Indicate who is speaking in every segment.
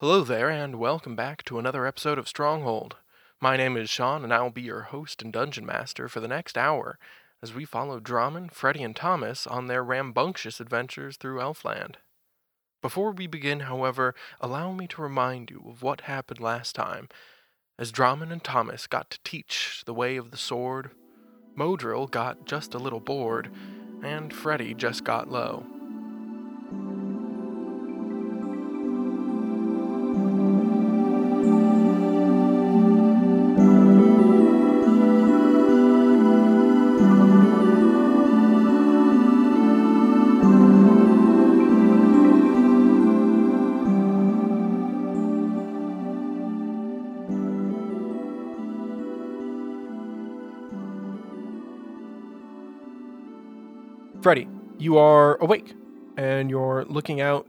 Speaker 1: Hello there, and welcome back to another episode of Stronghold. My name is Sean, and I will be your host and dungeon master for the next hour as we follow Draman, Freddy, and Thomas on their rambunctious adventures through Elfland. Before we begin, however, allow me to remind you of what happened last time as Draman and Thomas got to teach the way of the sword, Modril got just a little bored, and Freddy just got low. Freddy, you are awake and you're looking out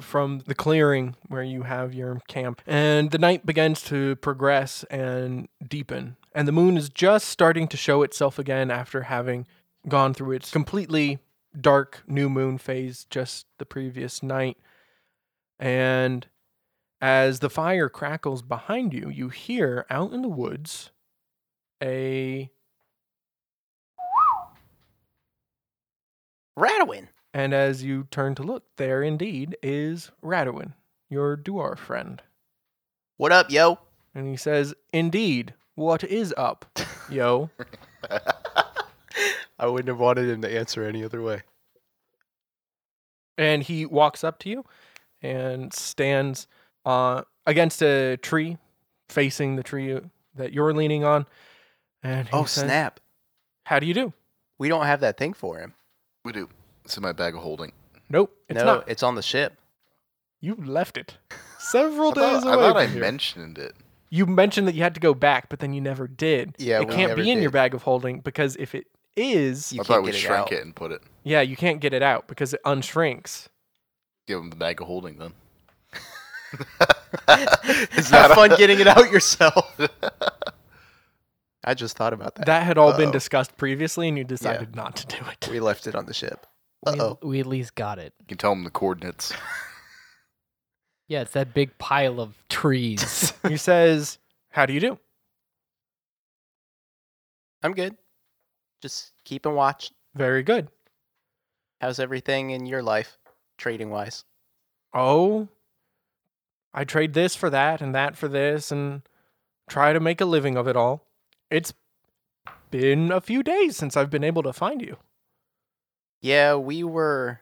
Speaker 1: from the clearing where you have your camp. And the night begins to progress and deepen. And the moon is just starting to show itself again after having gone through its completely dark new moon phase just the previous night. And as the fire crackles behind you, you hear out in the woods a
Speaker 2: Radwin.
Speaker 1: And as you turn to look, there indeed is Radwin, your Duar friend.
Speaker 2: What up, yo?
Speaker 1: And he says, Indeed, what is up, yo?
Speaker 3: I wouldn't have wanted him to answer any other way.
Speaker 1: And he walks up to you and stands uh, against a tree, facing the tree that you're leaning on. And he
Speaker 3: Oh
Speaker 1: says,
Speaker 3: snap!
Speaker 1: How do you do?
Speaker 3: We don't have that thing for him.
Speaker 4: We do. It's in my bag of holding.
Speaker 1: Nope, it's
Speaker 3: no,
Speaker 1: not.
Speaker 3: it's on the ship.
Speaker 1: You left it several
Speaker 4: I thought
Speaker 1: days
Speaker 4: I,
Speaker 1: away.
Speaker 4: thought I
Speaker 1: from here.
Speaker 4: mentioned it.
Speaker 1: you mentioned that you had to go back, but then you never did.
Speaker 3: Yeah,
Speaker 1: it
Speaker 3: we
Speaker 1: can't
Speaker 3: never
Speaker 1: be in your
Speaker 3: did.
Speaker 1: bag of holding because if it is,
Speaker 3: You
Speaker 4: I thought
Speaker 3: can't
Speaker 4: we
Speaker 3: get it
Speaker 4: shrank
Speaker 3: out.
Speaker 4: it and put it.
Speaker 1: Yeah, you can't get it out because it unshrinks.
Speaker 4: Give him the bag of holding then.
Speaker 3: It's not fun getting it out yourself. I just thought about that.
Speaker 1: That had all been
Speaker 4: Uh-oh.
Speaker 1: discussed previously, and you decided not to do it.
Speaker 3: We left it on the ship. Uh
Speaker 5: We-
Speaker 3: oh.
Speaker 5: We, at least got it.
Speaker 4: You can tell him the coordinates.
Speaker 5: Yeah, it's that big pile of trees.
Speaker 1: he says, "How do you do?"
Speaker 3: I'm good. Just keeping watch.
Speaker 1: Very good.
Speaker 3: How's everything in your life, trading wise?
Speaker 1: Oh, I trade this for that and that for this, and try to make a living of it all. It's been a few days since I've been able to find you.
Speaker 3: Yeah, we were.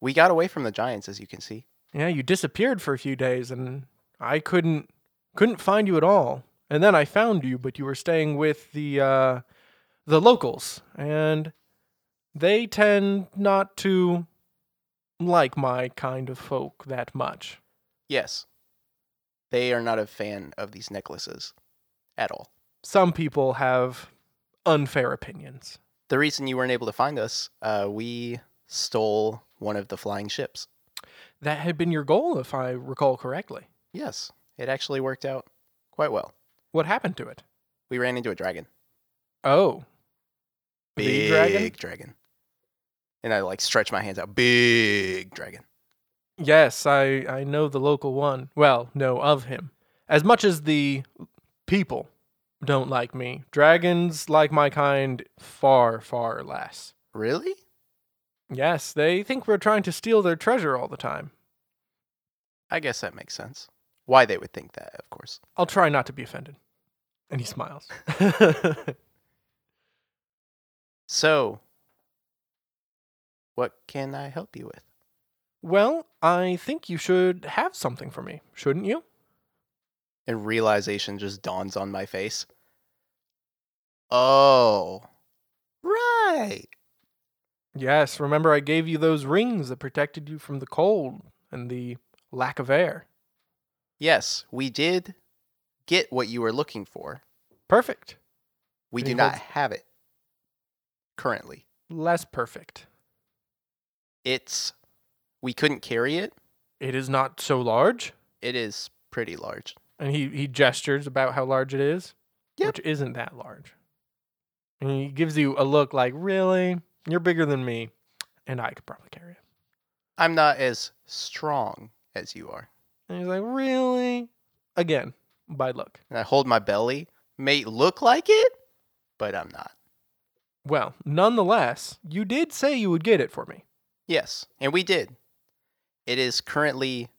Speaker 3: We got away from the giants, as you can see.
Speaker 1: Yeah, you disappeared for a few days, and I couldn't couldn't find you at all. And then I found you, but you were staying with the uh, the locals, and they tend not to like my kind of folk that much.
Speaker 3: Yes. They are not a fan of these necklaces at all.
Speaker 1: Some people have unfair opinions.
Speaker 3: the reason you weren't able to find us, uh, we stole one of the flying ships.
Speaker 1: That had been your goal, if I recall correctly.
Speaker 3: Yes, it actually worked out quite well.
Speaker 1: What happened to it?
Speaker 3: We ran into a dragon,
Speaker 1: Oh, The
Speaker 3: big
Speaker 1: dragon?
Speaker 3: dragon. And I like stretch my hands out, big dragon.
Speaker 1: Yes, I, I know the local one. Well, know of him. As much as the people don't like me, dragons like my kind far, far less.
Speaker 3: Really?
Speaker 1: Yes, they think we're trying to steal their treasure all the time.
Speaker 3: I guess that makes sense. Why they would think that, of course.
Speaker 1: I'll try not to be offended. And he smiles.
Speaker 3: So, what can I help you with?
Speaker 1: well, I think you should have something for me, shouldn't you?
Speaker 3: And realization just dawns on my face. Oh, right.
Speaker 1: Yes, remember I gave you those rings that protected you from the cold and the lack of air.
Speaker 3: Yes, we did get what you were looking for.
Speaker 1: Perfect.
Speaker 3: We
Speaker 1: And
Speaker 3: do
Speaker 1: he
Speaker 3: not
Speaker 1: holds-
Speaker 3: have it currently.
Speaker 1: Less perfect.
Speaker 3: It's we couldn't carry it.
Speaker 1: It is not so large.
Speaker 3: It is pretty large.
Speaker 1: and he he gestures about how large it is,
Speaker 3: Yep.
Speaker 1: which isn't that large. And he gives you a look like, "Really? You're bigger than me, and I could probably carry it."
Speaker 3: I'm not as strong as you are.
Speaker 1: And he's like, really? Again, by luck.
Speaker 3: And I hold my belly. May look like it, but I'm not.
Speaker 1: Well, nonetheless, you did say you would get it for me.
Speaker 3: Yes, and we did. It is currently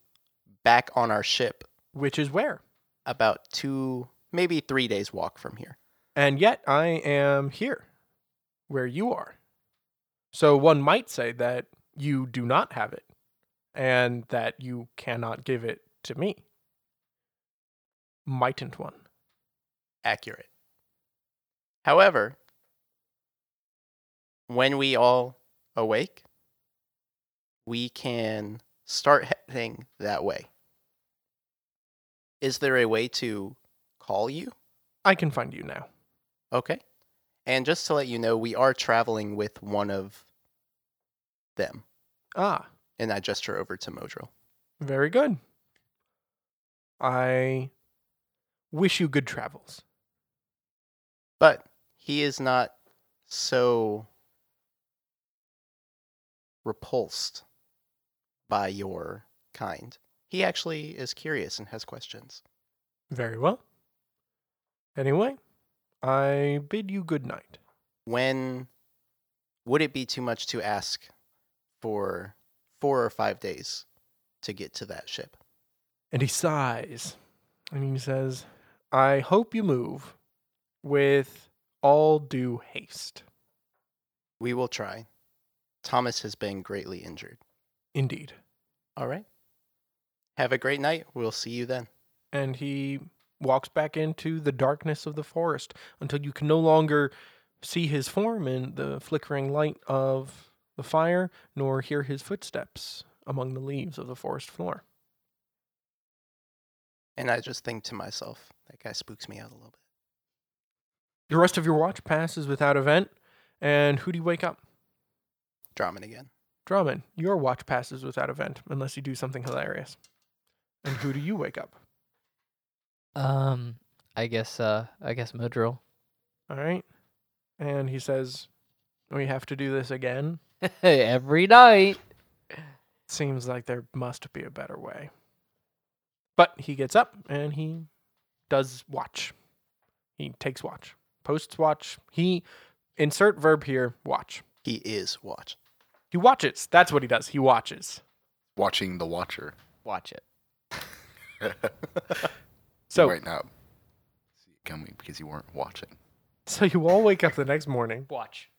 Speaker 3: back on our ship,
Speaker 1: Which is where?
Speaker 3: about two, maybe three days walk from here.
Speaker 1: And yet I am here, where you are. So one might say that you do not have it, and that you cannot give it to me. Mightn't one.
Speaker 3: Accurate. However, when we all awake, we can start heading that way. Is there a way to call you?
Speaker 1: I can find you now.
Speaker 3: Okay. And just to let you know, we are traveling with one of them.
Speaker 1: Ah,
Speaker 3: And I gesture over to Modril.
Speaker 1: very good. I wish you good travels.
Speaker 3: But he is not so repulsed by your kind. He actually is curious and has questions.
Speaker 1: Very well. Anyway, I bid you good night.
Speaker 3: When would it be too much to ask for four or five days to get to that ship?
Speaker 1: And he sighs and he says, I hope you move with all due haste.
Speaker 3: We will try. Thomas has been greatly injured.
Speaker 1: Indeed.
Speaker 3: All right. Have a great night. We'll see you then.
Speaker 1: And he walks back into the darkness of the forest until you can no longer see his form in the flickering light of the fire, nor hear his footsteps among the leaves of the forest floor.
Speaker 3: And I just think to myself, that guy spooks me out a little bit.
Speaker 1: The rest of your watch passes without event, and who do you wake up?
Speaker 3: Drummond again.
Speaker 1: Drummond, your watch passes without event unless you do something hilarious. And who do you wake up?
Speaker 5: Um, I guess. Uh, I guess Modril.
Speaker 1: All right. And he says, We have to do this again.
Speaker 5: Every night.
Speaker 1: Seems like there must be a better way. But he gets up and he does watch. He takes watch, posts watch. He, insert verb here, watch.
Speaker 3: He is watch.
Speaker 1: He watches. That's what he does. He watches.
Speaker 4: Watching the Watcher
Speaker 5: Watch it.
Speaker 1: So,
Speaker 4: right now. See it coming because you weren't watching.
Speaker 1: so you all wake up the next morning.
Speaker 5: Watch.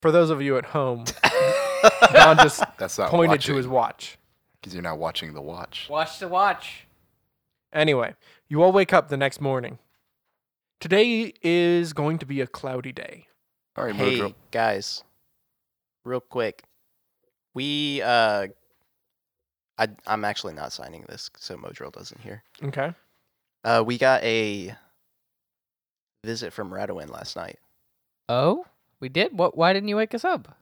Speaker 1: For those of you at home, Don just
Speaker 4: That's not
Speaker 1: pointed to his watch.
Speaker 4: because you're not watching the watch.
Speaker 5: Watch the watch.
Speaker 1: Anyway, you all wake up the next morning. Today is going to be a cloudy day.
Speaker 4: All right,
Speaker 3: hey
Speaker 4: Mojo.
Speaker 3: guys, real quick, we uh, I I'm actually not signing this so Modril doesn't hear.
Speaker 1: Okay.
Speaker 3: Uh, we got a visit from Radowin last night.
Speaker 5: Oh, we did. What? Why didn't you wake us up?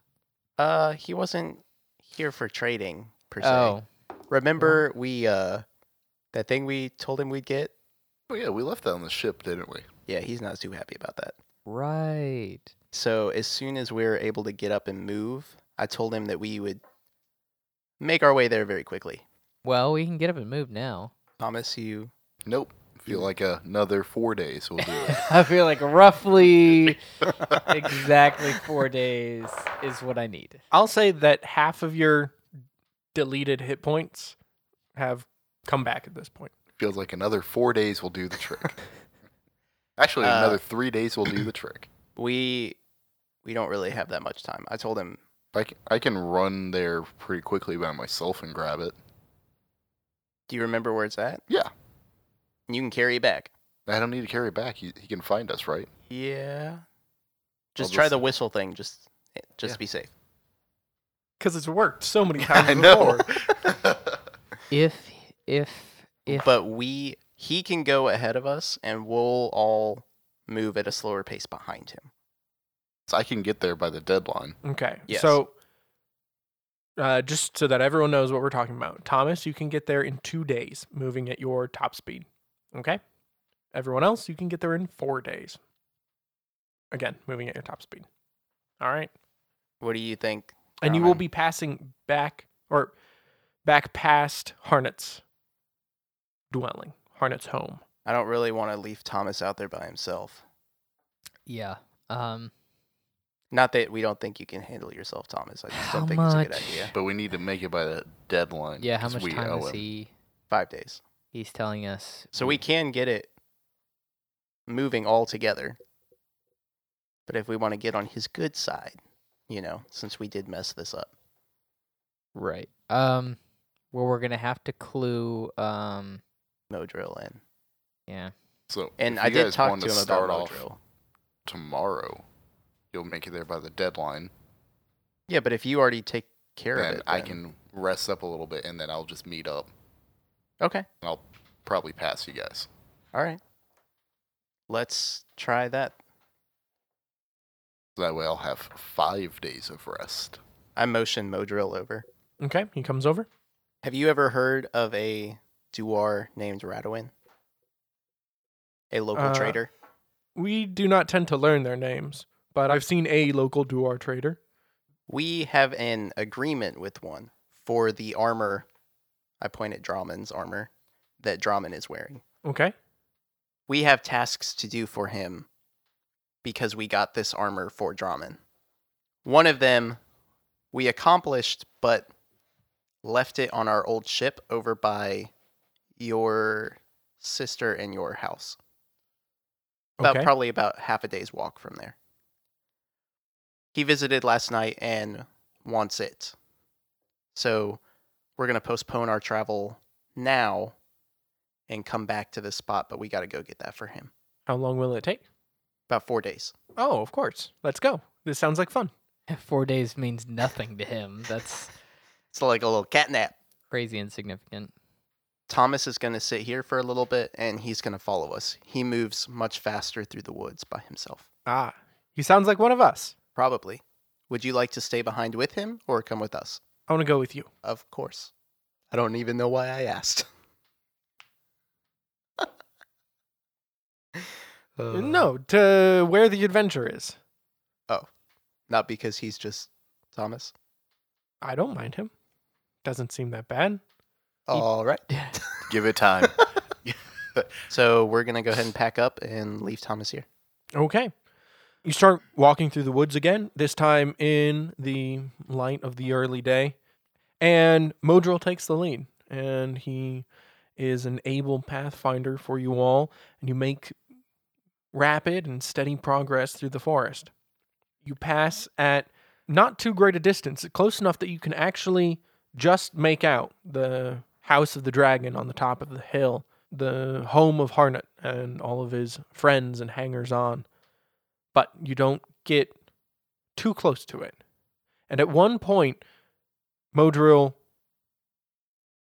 Speaker 3: Uh, he wasn't here for trading per se.
Speaker 5: Oh,
Speaker 3: Remember we uh, that thing we told him we'd get.
Speaker 4: Oh yeah, we left that on the ship, didn't we?
Speaker 3: Yeah, he's not too happy about that.
Speaker 5: right.
Speaker 3: So as soon as we were able to get up and move, I told him that we would make our way there very quickly.
Speaker 5: Well, we can get up and move now.
Speaker 3: Thomas, you
Speaker 4: Nope. Feel like another four days will do it.
Speaker 5: I feel like roughly exactly four days is what I need.
Speaker 1: I'll say that half of your deleted hit points have come back at this point.
Speaker 4: Feels like another four days will do the trick. Actually,
Speaker 3: Uh,
Speaker 4: another three days will do the trick.
Speaker 3: we we don't really have that much time. I told him
Speaker 4: I can, I can run there pretty quickly by myself and grab it.
Speaker 3: Do you remember where it's at?
Speaker 4: Yeah.
Speaker 3: You can carry it back.
Speaker 4: I don't need to carry it back. He, he can find us, right?
Speaker 3: Yeah. Just
Speaker 4: I'll
Speaker 3: try
Speaker 4: just-
Speaker 3: the whistle thing. Just, just be safe.
Speaker 1: Because it's worked so many times
Speaker 4: I know.
Speaker 1: before.
Speaker 5: If if if
Speaker 3: But we, he can go ahead of us, and we'll all move at a slower pace behind him.
Speaker 4: so I can get there by the deadline.
Speaker 1: Okay.
Speaker 3: Yes.
Speaker 1: So, uh, just so that everyone knows what we're talking about, Thomas, you can get there in two days, moving at your top speed. Okay. Everyone else, you can get there in four days. Again, moving at your top speed. All right.
Speaker 3: What do you think?
Speaker 1: and you will
Speaker 3: Ramen.
Speaker 1: be passing back or back past Harnets dwelling, Harnet's home.
Speaker 3: I don't really want to leave Thomas out there by himself.
Speaker 5: Yeah. Um,
Speaker 3: Not that we don't think you can handle yourself, Thomas. I just
Speaker 5: How
Speaker 3: don't think it's
Speaker 5: much-
Speaker 3: a good idea.
Speaker 4: But we need to make it by the deadline.
Speaker 5: yeah. How
Speaker 4: 'cause
Speaker 5: much
Speaker 4: we
Speaker 5: time
Speaker 4: owe
Speaker 5: is
Speaker 4: him.
Speaker 5: he?
Speaker 3: Five days.
Speaker 5: He's telling us.
Speaker 3: So we can get it moving all together. But if we want to get on his good side, you know, since we did mess this up.
Speaker 5: Right. Um. Well, we're gonna have to clue. Um.
Speaker 3: Modril in.
Speaker 5: Yeah.
Speaker 4: So
Speaker 3: And
Speaker 4: if
Speaker 3: I
Speaker 4: you
Speaker 3: did
Speaker 4: guys
Speaker 3: talk
Speaker 4: want
Speaker 3: to him
Speaker 4: start
Speaker 3: about
Speaker 4: off
Speaker 3: Modril.
Speaker 4: tomorrow. You'll make it there by the deadline,
Speaker 3: Yeah, but if you already take care of
Speaker 4: and
Speaker 3: it,
Speaker 4: I
Speaker 3: then-
Speaker 4: can rest up a little bit, and then I'll just meet up.
Speaker 3: Okay,
Speaker 4: And I'll probably pass you guys.
Speaker 3: all right. Let's try that.
Speaker 4: So that way, I'll have five days of rest.
Speaker 3: I motion Modril over.
Speaker 1: Okay, he comes over.
Speaker 3: Have you ever heard of a Duar named Radowin? A local
Speaker 1: Uh,
Speaker 3: trader.
Speaker 1: We do not tend to learn their names, but I've seen a local Duar trader.
Speaker 3: We have an agreement with one for the armor. I point at Draman's armor that Draman is wearing.
Speaker 1: Okay,
Speaker 3: We have tasks to do for him because we got this armor for Draman. One of them we accomplished, but left it on our old ship over by your sister and your house. about
Speaker 1: okay,
Speaker 3: probably about half a day's walk from there. He visited last night and wants it. So we're going to postpone our travel now and come back to this spot, but we got to go get that for him.
Speaker 1: how long will it take?
Speaker 3: About 4 days.
Speaker 1: Oh, of course. Let's go. This sounds like fun.
Speaker 5: Four days means nothing to him. That's
Speaker 3: It's like a little cat nap.
Speaker 5: crazy insignificant.
Speaker 3: Thomas is going to sit here for a little bit and he's going to follow us. He moves much faster through the woods by himself.
Speaker 1: Ah, he sounds like one of us.
Speaker 3: Probably. Would you like to stay behind with him or come with us?
Speaker 1: I want to go with you.
Speaker 3: Of course. I don't even know why I asked.
Speaker 1: no, to where the adventure is.
Speaker 3: Not because he's just Thomas.
Speaker 1: I don't mind him. Doesn't seem that bad.
Speaker 3: All right.
Speaker 4: Give it time.
Speaker 3: So we're going to go ahead and pack up and leave Thomas here.
Speaker 1: Okay. You start walking through the woods again, this time in the light of the early day. And Modril takes the lead, and he is an able pathfinder for you all, and you make rapid and steady progress through the forest. You pass at not too great a distance, close enough that you can actually just make out the house of the dragon on the top of the hill, the home of Harnut and all of his friends and hangers on. But you don't get too close to it. And at one point, Modril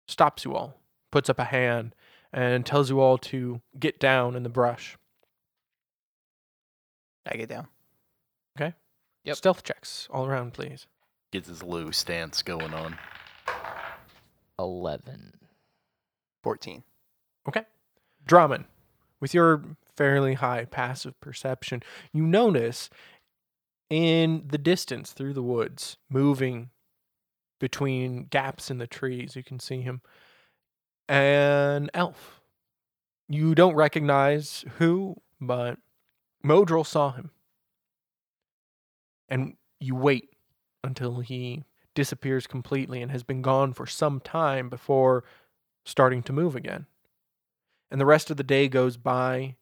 Speaker 1: stops you all, puts up a hand, and tells you all to get down in the brush.
Speaker 3: I get down.
Speaker 5: Yep.
Speaker 1: Stealth checks all around, please.
Speaker 4: Gets his Lou stance going on.
Speaker 5: Eleven.
Speaker 3: 14.
Speaker 1: Drummond, with your fairly high passive perception, you notice in the distance through the woods, moving between gaps in the trees, you can see him, an elf. You don't recognize who, but Modril saw him. And you wait until he disappears completely and has been gone for some time before starting to move again and the rest of the day goes by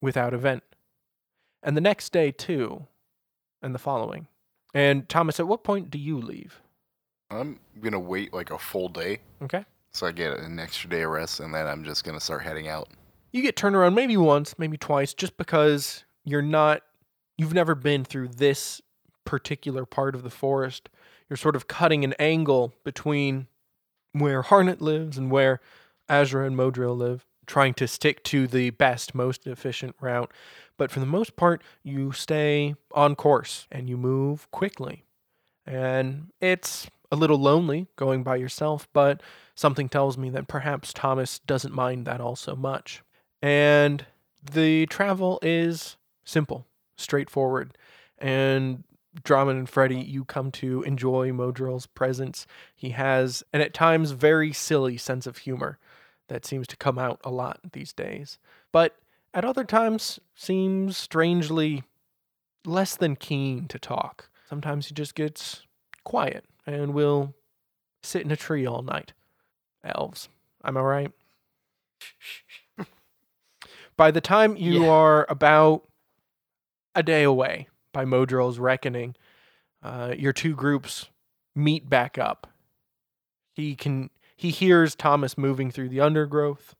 Speaker 1: without event. And the next day, too, and the following. And Thomas, at what point do you leave?
Speaker 4: I'm gonna wait like a full day,
Speaker 1: Okay.
Speaker 4: so I get an extra day of rest, and then I'm just gonna start heading out.
Speaker 1: You get turned around maybe once, maybe twice, just because you're not, you've never been through this particular part of the forest. You're sort of cutting an angle between where Harnett lives and where Azra and Modril live, trying to stick to the best, most efficient route. But for the most part, you stay on course and you move quickly. And it's a little lonely going by yourself, but something tells me that perhaps Thomas doesn't mind that all so much. And the travel is simple, straightforward. And Drummond and Freddy, you come to enjoy Modril's presence. He has, and at times, very silly sense of humor that seems to come out a lot these days, but at other times seems strangely less than keen to talk. Sometimes he just gets quiet and will sit in a tree all night. Elves, am I right? by the time you
Speaker 5: Yeah.
Speaker 1: are about a day away by Modril's reckoning, uh, your two groups meet back up. He can he hears Thomas moving through the undergrowth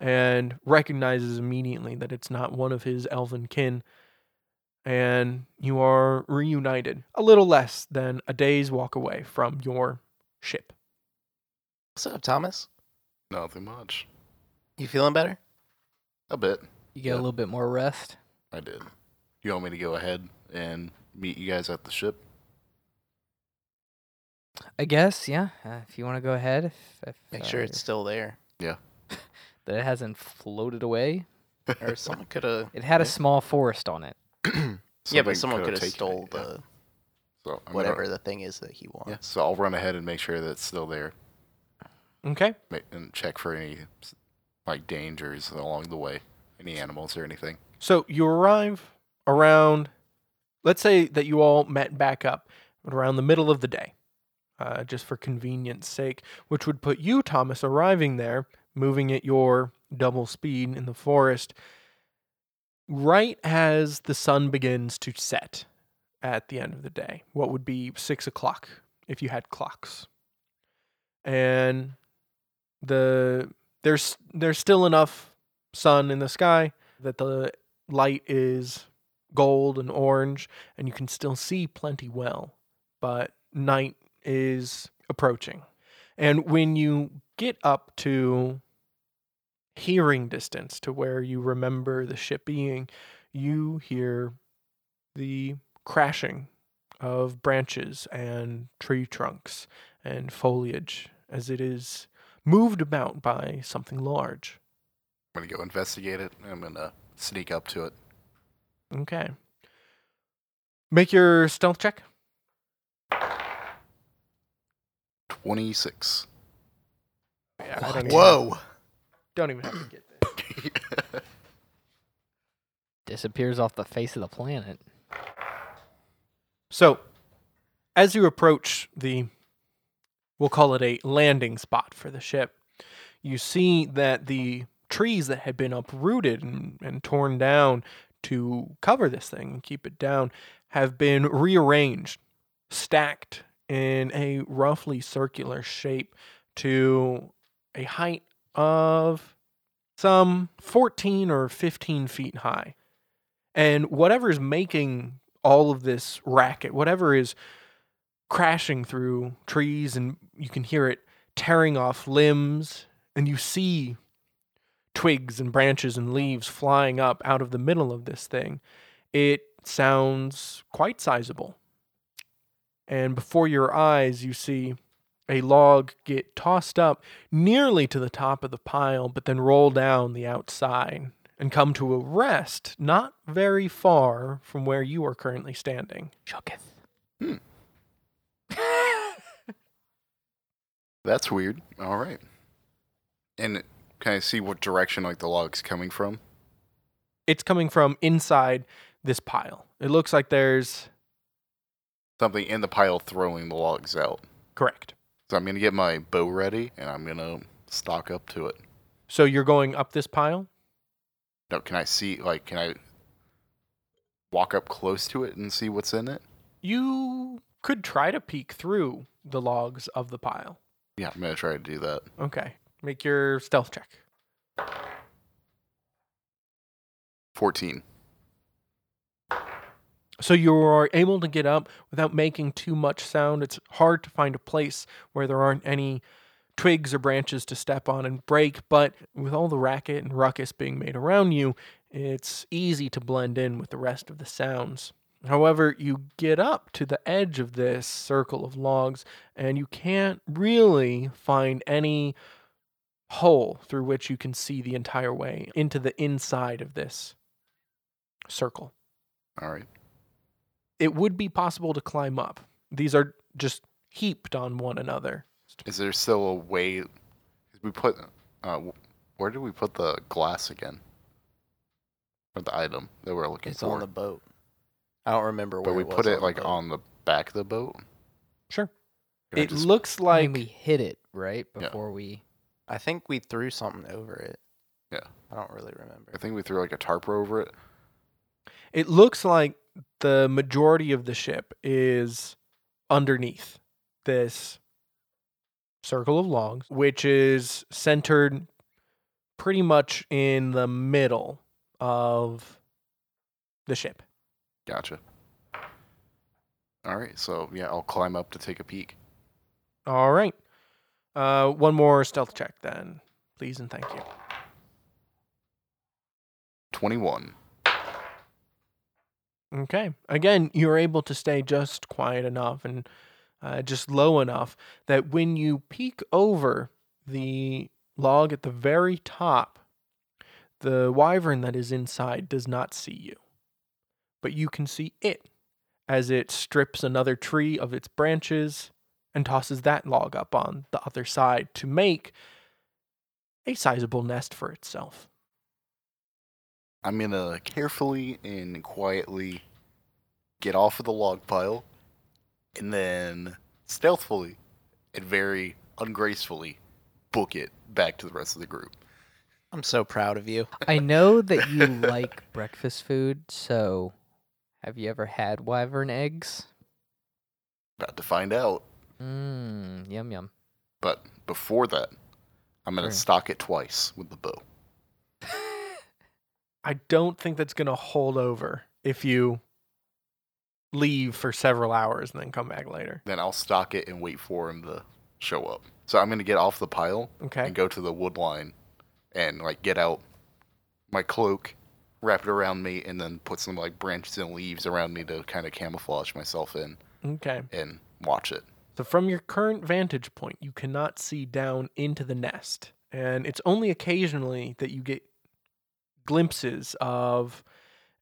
Speaker 1: and recognizes immediately that it's not one of his elven kin and you are reunited a little less than a day's walk away from your ship.
Speaker 3: What's up, Thomas?
Speaker 4: Nothing much.
Speaker 3: You feeling better?
Speaker 4: A bit.
Speaker 5: You get a little bit more rest.
Speaker 4: I did. You want me to go ahead and meet you guys at the ship?
Speaker 5: I guess, yeah. Uh, if you want to go ahead, if, if,
Speaker 3: Make
Speaker 5: uh,
Speaker 3: sure it's still there.
Speaker 5: that it hasn't floated away.
Speaker 3: Or someone could have.
Speaker 5: It had a
Speaker 4: Yeah.
Speaker 5: small forest on it.
Speaker 3: Yeah, but someone could have
Speaker 4: taken
Speaker 3: stole
Speaker 4: it, yeah.
Speaker 3: the
Speaker 4: So I'm gonna-
Speaker 3: whatever the thing is that he
Speaker 4: yeah,
Speaker 3: wants.
Speaker 4: so I'll run ahead and make sure that's still there
Speaker 1: Okay?
Speaker 4: ma- and check for any like dangers along the way, any animals or anything.
Speaker 1: So you arrive around, let's say that you all met back up around the middle of the day, uh, just for convenience sake, which would put you, Thomas, arriving there, moving at your double speed in the forest, right as the sun begins to set at the end of the day, what would be six o'clock if you had clocks. And the there's there's still enough sun in the sky that the light is gold and orange, and you can still see plenty well, but night is approaching. And when you get up to hearing distance to where you remember the ship being, you hear the crashing of branches and tree trunks and foliage as it is moved about by something large.
Speaker 4: I'm gonna go investigate it. and I'm gonna sneak up to it.
Speaker 1: Okay. Make your stealth check.
Speaker 4: Twenty six.
Speaker 1: Yeah, I don't, Even,
Speaker 3: Whoa!
Speaker 1: don't even have to get this.
Speaker 5: Disappears off the face of the planet.
Speaker 1: So, as you approach the, we'll call it a landing spot for the ship, you see that the trees that had been uprooted and, and torn down to cover this thing and keep it down have been rearranged, stacked in a roughly circular shape to a height of some 14 or 15 feet high. And whatever's making all of this racket, whatever is crashing through trees, and you can hear it tearing off limbs, and you see twigs and branches and leaves flying up out of the middle of this thing. It sounds quite sizable. And before your eyes, you see a log get tossed up nearly to the top of the pile, but then roll down the outside and come to a rest not very far from where you are currently standing.
Speaker 5: Shooketh. Hmm.
Speaker 4: That's weird. All right. And can I see what direction like the log's coming from?
Speaker 1: It's coming from inside this pile. It looks like there's
Speaker 4: Something in the pile throwing the logs out.
Speaker 1: correct.
Speaker 4: So I'm gonna get my bow ready and I'm gonna stalk up to it.
Speaker 1: So you're going up this pile?
Speaker 4: Now, can I see? Like, can I walk up close to it and see what's in it?
Speaker 1: You could try to peek through the logs of the pile.
Speaker 4: Yeah, I'm gonna try to do that.
Speaker 1: Okay. Make your stealth check.
Speaker 4: Fourteen.
Speaker 1: So you are able to get up without making too much sound. It's hard to find a place where there aren't any twigs or branches to step on and break, but with all the racket and ruckus being made around you, it's easy to blend in with the rest of the sounds. However, you get up to the edge of this circle of logs and you can't really find any hole through which you can see the entire way into the inside of this circle
Speaker 4: All right.
Speaker 1: it would be possible to climb up. These are just heaped on one another.
Speaker 4: Is there still a way? 'cause We put uh, w- Where did we put the glass again? Or the item that we're looking
Speaker 3: It's
Speaker 4: for?
Speaker 3: on the boat. I don't remember where
Speaker 4: but we
Speaker 3: it was
Speaker 4: put
Speaker 3: on
Speaker 4: it
Speaker 3: the
Speaker 4: like
Speaker 3: boat.
Speaker 4: on the back of the boat.
Speaker 1: Sure.
Speaker 4: Can I
Speaker 1: it
Speaker 4: just-
Speaker 1: looks
Speaker 5: I
Speaker 1: like
Speaker 5: mean, we hit it right
Speaker 4: Yeah.
Speaker 5: before we.
Speaker 3: I think we threw something over it.
Speaker 4: Yeah.
Speaker 3: I don't really
Speaker 4: I
Speaker 3: remember.
Speaker 4: think we threw like a tarp over it.
Speaker 1: it looks like the majority of the ship is underneath this circle of logs, which is centered pretty much in the middle of the ship.
Speaker 4: Gotcha. All right, so yeah, I'll climb up to take a peek.
Speaker 1: All right. Uh, one more stealth check then, please and thank you.
Speaker 4: Twenty-one.
Speaker 1: Okay. Again, you're able to stay just quiet enough and uh, just low enough that when you peek over the log at the very top, the wyvern that is inside does not see you. But you can see it as it strips another tree of its branches and tosses that log up on the other side to make a sizable nest for itself.
Speaker 4: I'm gonna carefully and quietly get off of the log pile, and then stealthily and very ungracefully book it back to the rest of the group.
Speaker 3: I'm so proud of you.
Speaker 5: I know that you like breakfast food, so have you ever had wyvern eggs?
Speaker 4: About to find out,
Speaker 5: Mmm, yum yum.
Speaker 4: but before that, I'm gonna
Speaker 5: Sure.
Speaker 4: stock it twice with the bow.
Speaker 1: I don't think that's going to hold over if you leave for several hours and then come back later.
Speaker 4: Then I'll stock it and wait for him to show up. So I'm gonna get off the pile
Speaker 1: Okay.
Speaker 4: and go to the wood line and like get out my cloak, wrap it around me, and then put some like branches and leaves around me to kind of camouflage myself in
Speaker 1: Okay.
Speaker 4: and watch it.
Speaker 1: So from your current vantage point, you cannot see down into the nest. And it's only occasionally that you get glimpses of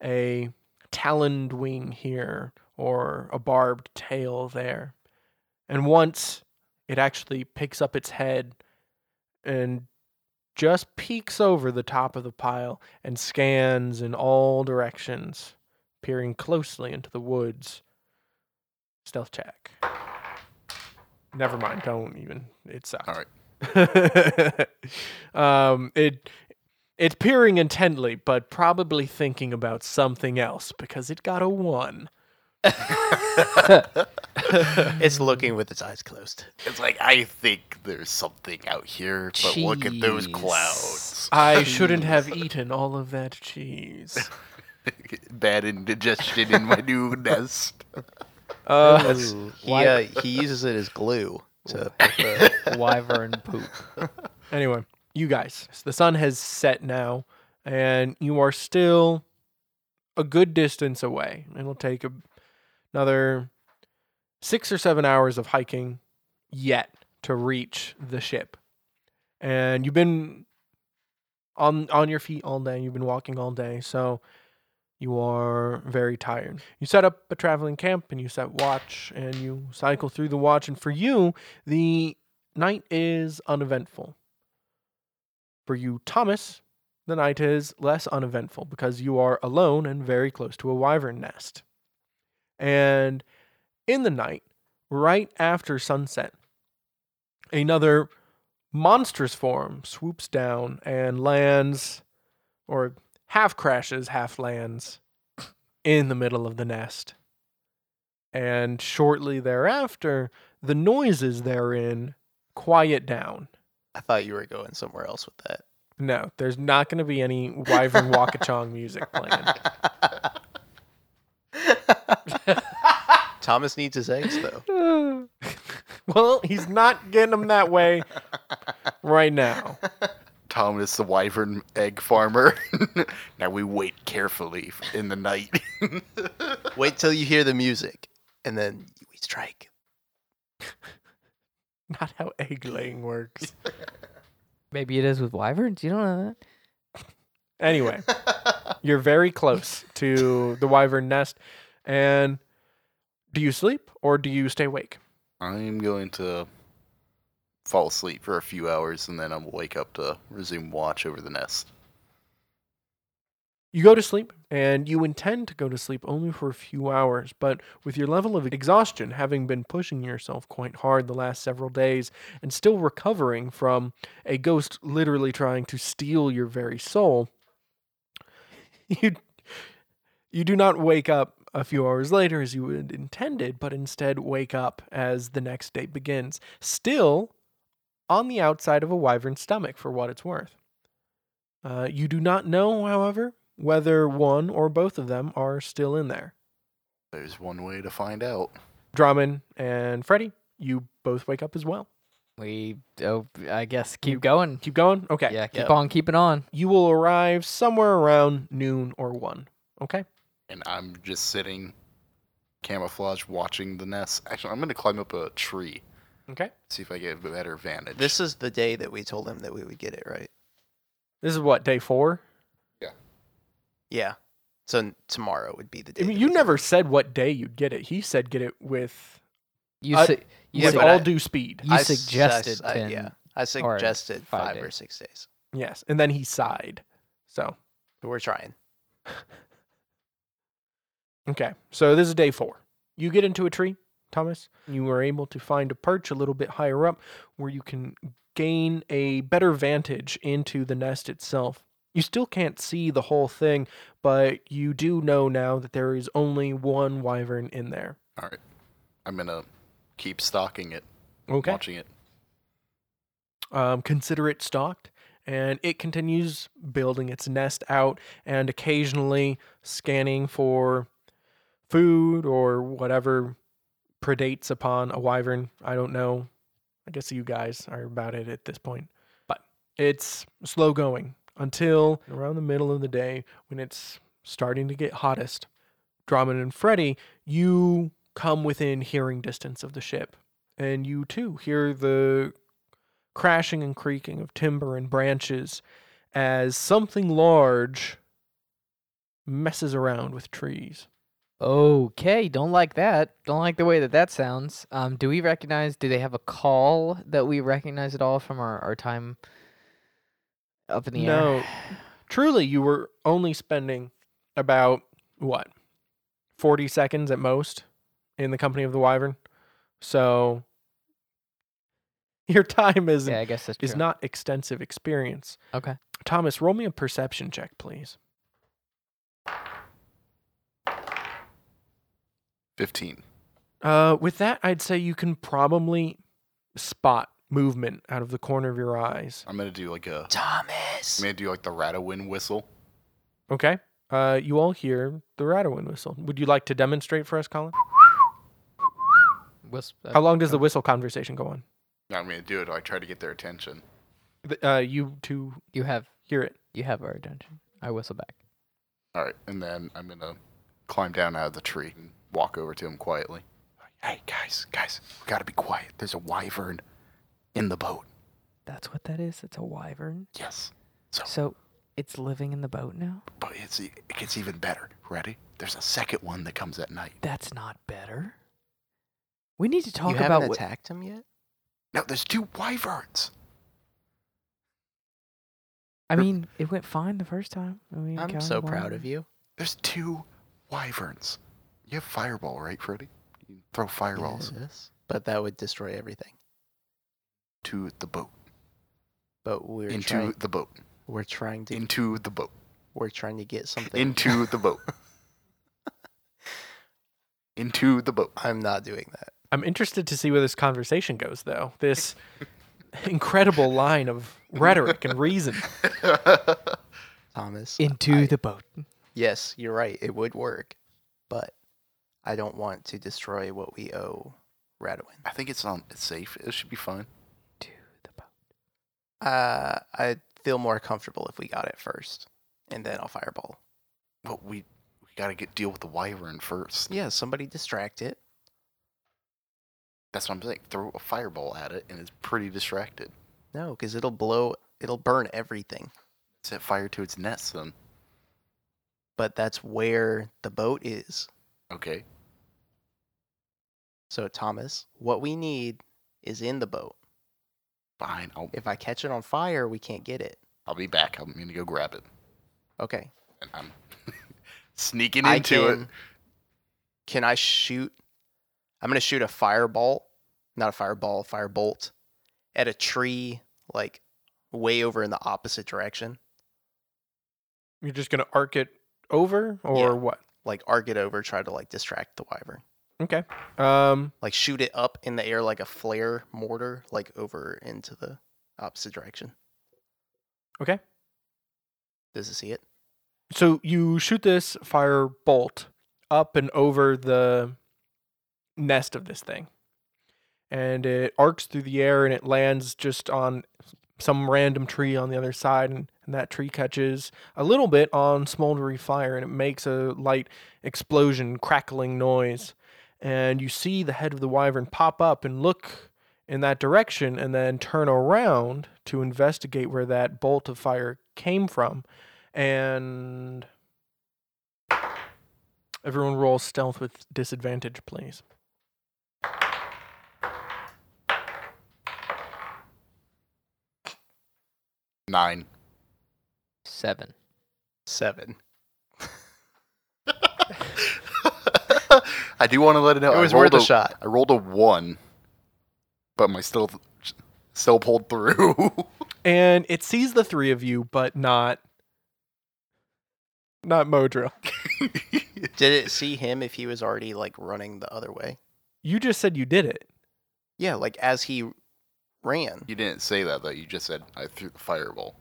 Speaker 1: a taloned wing here or a barbed tail there. And once it actually picks up its head and just peeks over the top of the pile and scans in all directions, peering closely into the woods. Stealth check. Never mind. Don't even. It sucks.
Speaker 4: All right.
Speaker 1: um, it it's peering intently, but probably thinking about something else because it got a one.
Speaker 3: it's looking with its eyes closed.
Speaker 4: It's like I think there's something out here, but look at those
Speaker 5: Jeez.
Speaker 4: clouds.
Speaker 1: I shouldn't have eaten all of that cheese.
Speaker 4: Bad indigestion in my new nest.
Speaker 1: Uh,
Speaker 3: Oh, That's, he,
Speaker 5: why-
Speaker 3: uh, he uses it as glue to pick the-
Speaker 5: wyvern poop.
Speaker 1: anyway, you guys, the sun has set now, and you are still a good distance away. It'll take a, another six or seven hours of hiking yet to reach the ship. And you've been on on your feet all day. You've been walking all day, so you are very tired. You set up a traveling camp and you set watch and you cycle through the watch. And for you, the night is uneventful. For you, Thomas, the night is less uneventful because you are alone and very close to a wyvern nest. And in the night, right after sunset, another monstrous form swoops down and lands, or half crashes, half lands in the middle of the nest. And shortly thereafter, the noises therein quiet down.
Speaker 3: I thought you were going somewhere else with that.
Speaker 1: No, there's not going to be any Wyvern Wakachong music playing.
Speaker 3: Thomas needs his eggs, though.
Speaker 1: well, he's not getting them that way right now.
Speaker 4: Thomas the Wyvern Egg Farmer. now we wait carefully in the night.
Speaker 3: Wait till you hear the music, and then we strike.
Speaker 1: Not how egg laying works.
Speaker 5: Maybe it is with wyverns. You don't know that.
Speaker 1: Anyway, you're very close to the Wyvern nest. And do you sleep or do you stay awake?
Speaker 4: I'm going to fall asleep for a few hours, and then I'll wake up to resume watch over the nest.
Speaker 1: You go to sleep, and you intend to go to sleep only for a few hours, but with your level of exhaustion, having been pushing yourself quite hard the last several days, and still recovering from a ghost literally trying to steal your very soul, you, you do not wake up a few hours later as you had intended, but instead wake up as the next day begins, still on the outside of a wyvern's stomach, for what it's worth. Uh, you do not know, however, whether one or both of them are still in there.
Speaker 4: There's one way to find out.
Speaker 1: Drummond and Freddy, you both wake up as well.
Speaker 5: We, oh, I guess keep going.
Speaker 1: Keep going? Okay.
Speaker 5: Yeah, keep
Speaker 3: Yep.
Speaker 5: on keeping on.
Speaker 1: You will arrive somewhere around noon or one. Okay.
Speaker 4: And I'm just sitting, camouflage, watching the nest. Actually, I'm gonna climb up a tree,
Speaker 1: Okay.
Speaker 4: see if I get a better vantage.
Speaker 3: This is the day that we told him that we would get it, right?
Speaker 1: This is what, day four?
Speaker 3: Yeah. So n- tomorrow would be the
Speaker 1: I
Speaker 3: day.
Speaker 1: mean,
Speaker 3: that
Speaker 1: you
Speaker 3: we-
Speaker 1: never said what day you'd get it. He said get it with,
Speaker 5: You,
Speaker 1: I-
Speaker 5: su- you,
Speaker 3: Yeah,
Speaker 1: with
Speaker 5: su-
Speaker 3: but
Speaker 1: all
Speaker 3: I-
Speaker 1: due speed.
Speaker 5: you
Speaker 3: I s- I s-
Speaker 5: suggested
Speaker 3: I-
Speaker 5: 10.
Speaker 3: yeah. I suggested
Speaker 5: five
Speaker 3: five, or
Speaker 5: days.
Speaker 3: six days.
Speaker 1: Yes. And then he sighed. So,
Speaker 3: But we're trying.
Speaker 1: okay. So this is day four. You get into a tree, Thomas. You are able to find a perch a little bit higher up where you can gain a better vantage into the nest itself. You still can't see the whole thing, but you do know now that there is only one wyvern in there.
Speaker 4: All right, I'm gonna keep stalking it,
Speaker 1: Okay.
Speaker 4: watching it.
Speaker 1: um, consider it stocked, and it continues building its nest out and occasionally scanning for food or whatever predates upon a wyvern. I don't know. I guess you guys are about it at this point. But it's slow going until around the middle of the day when it's starting to get hottest. Drummond and Freddy, you come within hearing distance of the ship. And you too hear the crashing and creaking of timber and branches as something large messes around with trees.
Speaker 5: Okay, don't like that. Don't like the way that that sounds. Um, do we recognize? Do they have a call that we recognize at all from our, our time up in the
Speaker 1: No.
Speaker 5: air?
Speaker 1: Truly, you were only spending about what 40 seconds at most in the company of the wyvern. So your time is
Speaker 5: Yeah, I guess that's true.
Speaker 1: is not extensive experience.
Speaker 5: Okay.
Speaker 1: Thomas, roll me a perception check, please.
Speaker 4: Fifteen.
Speaker 1: Uh, with that, I'd say you can probably spot movement out of the corner of your eyes.
Speaker 4: I'm gonna do like a. I'm
Speaker 3: Thomas.
Speaker 4: gonna do like the Ratawin whistle.
Speaker 1: Okay. Uh, you all hear the Radowin whistle. Would you like to demonstrate for us, Colin?
Speaker 5: Wisp- uh,
Speaker 1: How long does the whistle conversation go on?
Speaker 4: I'm gonna do it. I try to get their attention.
Speaker 1: Th- Uh, you two
Speaker 5: you have
Speaker 1: hear it.
Speaker 5: you have our attention. I whistle back.
Speaker 4: All right, and then I'm gonna climb down out of the tree and walk over to him quietly. Hey guys, guys, we gotta be quiet. There's a wyvern in the boat.
Speaker 5: That's what that is. It's a wyvern.
Speaker 4: Yes.
Speaker 5: So it's living in the boat now.
Speaker 4: But it's it gets even better. Ready? There's a second one that comes at night.
Speaker 5: That's not better. We need to talk
Speaker 3: you
Speaker 5: about
Speaker 3: haven't
Speaker 5: what.
Speaker 3: attacked him yet?
Speaker 4: No, there's two wyverns.
Speaker 5: I mean, it went fine the first time. when we
Speaker 3: I'm
Speaker 5: encountered
Speaker 3: so
Speaker 5: one.
Speaker 3: proud of you.
Speaker 4: There's two wyverns. You have fireball, right, Freddy? You can throw fireballs
Speaker 3: Yes. But that would destroy everything.
Speaker 4: to the boat.
Speaker 3: But we're
Speaker 4: into
Speaker 3: trying
Speaker 4: the boat.
Speaker 3: we're trying to
Speaker 4: Into the boat.
Speaker 3: we're trying to get something.
Speaker 4: Into the boat. into the boat.
Speaker 3: I'm not doing that.
Speaker 1: I'm interested to see where this conversation goes, though. This incredible line of rhetoric and reason.
Speaker 3: Thomas.
Speaker 5: Into
Speaker 3: I-
Speaker 5: the boat.
Speaker 3: Yes, you're right. It would work. But I don't want to destroy what we owe Radwin.
Speaker 4: I think it's on it's safe. It should be fine.
Speaker 5: To the boat.
Speaker 3: Uh, I'd feel more comfortable if we got it first, and then I'll fireball.
Speaker 4: But we we gotta get deal with the wyvern first.
Speaker 3: Yeah, somebody distract it.
Speaker 4: That's what I'm saying. Throw a fireball at it and it's pretty distracted.
Speaker 3: No, because it'll blow. It'll burn everything.
Speaker 4: Set fire to its nest then.
Speaker 3: But that's where the boat is.
Speaker 4: Okay.
Speaker 3: So Thomas, what we need is in the boat.
Speaker 4: Fine, I'll,
Speaker 3: If I catch it on fire, we can't get it.
Speaker 4: I'll be back. I'm gonna go grab it,
Speaker 3: Okay.
Speaker 4: and I'm sneaking
Speaker 3: I
Speaker 4: into it.
Speaker 3: can- Can I shoot? I'm gonna shoot a fireball, not a fireball, a firebolt, at a tree like way over in the opposite direction,
Speaker 1: You're just gonna arc it over, or
Speaker 3: Yeah.
Speaker 1: what?
Speaker 3: like arc it over, try to like distract the wyvern,
Speaker 1: Okay. Um,
Speaker 3: like shoot it up in the air like a flare mortar, like over into the opposite direction.
Speaker 1: Okay.
Speaker 3: Does it see it?
Speaker 1: so you shoot this fire bolt up and over the nest of this thing and it arcs through the air and it lands just on some random tree on the other side and, and that tree catches a little bit on smoldery fire and it makes a light explosion crackling noise and you see the head of the wyvern pop up and look in that direction and then turn around to investigate where that bolt of fire came from and everyone roll stealth with disadvantage, please.
Speaker 4: Nine.
Speaker 5: Seven.
Speaker 3: Seven.
Speaker 4: I do want to let it know.
Speaker 3: it was
Speaker 4: I rolled
Speaker 3: worth Oh, a,
Speaker 4: a
Speaker 3: shot.
Speaker 4: I rolled a one, but my stealth still pulled through.
Speaker 1: And it sees the three of you, but not not Modril.
Speaker 3: Did it see him if he was already like running the other way?
Speaker 1: You just said you did it.
Speaker 3: Yeah, like as he ran.
Speaker 4: you didn't say that though. You just said I threw the fireball.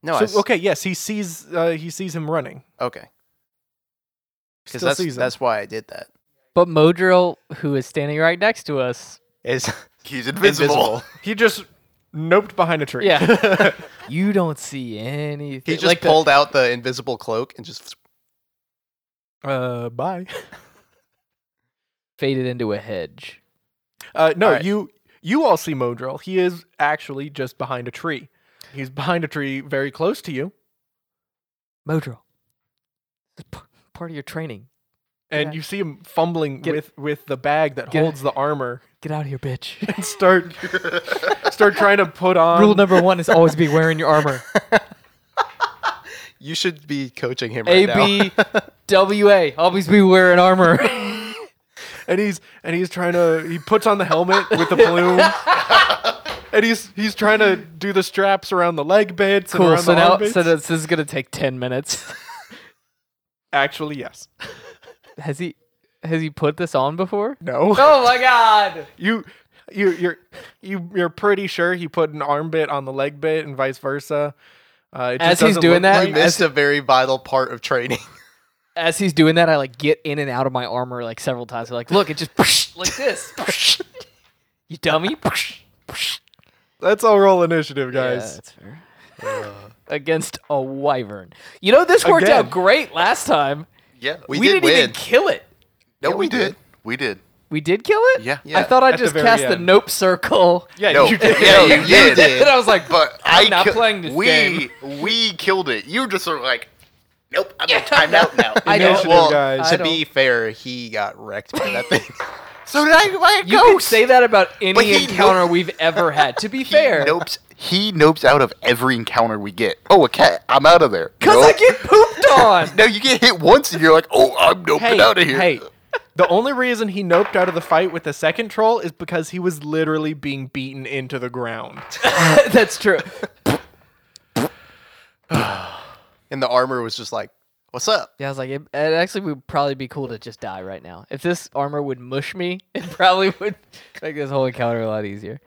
Speaker 3: No, I
Speaker 1: so,
Speaker 3: s-
Speaker 1: okay, yes, he sees uh, he sees him running.
Speaker 3: okay, because
Speaker 1: Still
Speaker 3: that's
Speaker 1: sees him.
Speaker 3: that's why I did that.
Speaker 5: But Modril, who is standing right next to us,
Speaker 3: Is
Speaker 4: He's
Speaker 3: invisible.
Speaker 1: He just noped behind a tree.
Speaker 5: yeah, you don't see anything.
Speaker 3: He just
Speaker 5: like the-
Speaker 3: pulled out the invisible cloak and just
Speaker 1: Uh bye.
Speaker 5: faded into a hedge.
Speaker 1: Uh no,
Speaker 3: All right.
Speaker 1: you you all see Modril. He is actually just behind a tree. He's behind a tree very close to you.
Speaker 5: Modril, it's p- part of your training.
Speaker 1: and
Speaker 5: Yeah.
Speaker 1: you see him fumbling
Speaker 5: Get-
Speaker 1: with with the bag that
Speaker 5: Get-
Speaker 1: holds the armor
Speaker 5: Get out of here, bitch.
Speaker 1: and start start trying to put on
Speaker 5: Rule number one is always be wearing your armor.
Speaker 3: you should be coaching him
Speaker 5: A
Speaker 3: right now.
Speaker 5: B W A. Always be wearing armor.
Speaker 1: and he's and he's trying to he puts on the helmet with the plume and he's he's trying to do the straps around the leg bits and
Speaker 5: cool.
Speaker 1: around
Speaker 5: So
Speaker 1: the
Speaker 5: now,
Speaker 1: arm
Speaker 5: so
Speaker 1: bits.
Speaker 5: this this is gonna take ten minutes.
Speaker 1: actually yes
Speaker 5: has he, has he put this on before?
Speaker 1: no
Speaker 5: Oh my god.
Speaker 1: you you you're you you're pretty sure he put an arm bit on the leg bit and vice versa uh, it just
Speaker 5: As he's
Speaker 1: doesn't
Speaker 5: doing
Speaker 1: look
Speaker 5: that,
Speaker 1: right.
Speaker 3: You missed a very vital part of training.
Speaker 5: As he's doing that, I like get in and out of my armor like several times. I'm like, look, it just like this. you dummy.
Speaker 1: let's all roll initiative guys
Speaker 5: Yeah, that's fair. Against a wyvern. You know, this worked
Speaker 1: Again.
Speaker 5: out great last time.
Speaker 4: Yeah,
Speaker 3: We,
Speaker 5: We,
Speaker 3: did
Speaker 5: did not
Speaker 3: win.
Speaker 5: even kill it.
Speaker 4: no,
Speaker 3: Yeah,
Speaker 4: we,
Speaker 3: we
Speaker 4: did.
Speaker 3: did.
Speaker 4: We did.
Speaker 5: We did kill it?
Speaker 4: Yeah.
Speaker 3: Yeah.
Speaker 5: I thought I
Speaker 1: At the
Speaker 5: just
Speaker 1: very
Speaker 5: cast the
Speaker 1: end.
Speaker 5: nope circle.
Speaker 1: yeah
Speaker 4: No.
Speaker 1: you did
Speaker 4: Yeah, you did.
Speaker 5: And I was like,
Speaker 4: But
Speaker 5: I'm
Speaker 4: I
Speaker 5: not
Speaker 4: ki-
Speaker 5: playing this
Speaker 4: we,
Speaker 5: game.
Speaker 4: We killed it. You just were like, nope, I'm
Speaker 5: Yeah.
Speaker 4: yeah. timed out now.
Speaker 5: I don't-
Speaker 1: Initiative,
Speaker 3: well,
Speaker 1: guys.
Speaker 5: I
Speaker 3: to be fair, he got wrecked by that thing.
Speaker 4: so did I by a
Speaker 5: You can
Speaker 4: ghost.
Speaker 5: say that about any
Speaker 4: he
Speaker 5: encounter we've ever had, to be fair.
Speaker 4: He nopes, he nopes out of every encounter we get. Oh, a cat. I'm out of there.
Speaker 5: Because I
Speaker 4: Nope.
Speaker 5: get pooped on.
Speaker 4: No, you get hit once and you're like, oh, I'm noping
Speaker 1: Hey,
Speaker 4: out of here.
Speaker 1: hey, the only reason he noped out of the fight with the second troll is because he was literally being beaten into the ground.
Speaker 5: That's true.
Speaker 3: and the armor was just like, "What's up?"
Speaker 5: Yeah, I was like, it, it actually would probably be cool to just die right now. If this armor would mush me, it probably would make this whole encounter a lot easier.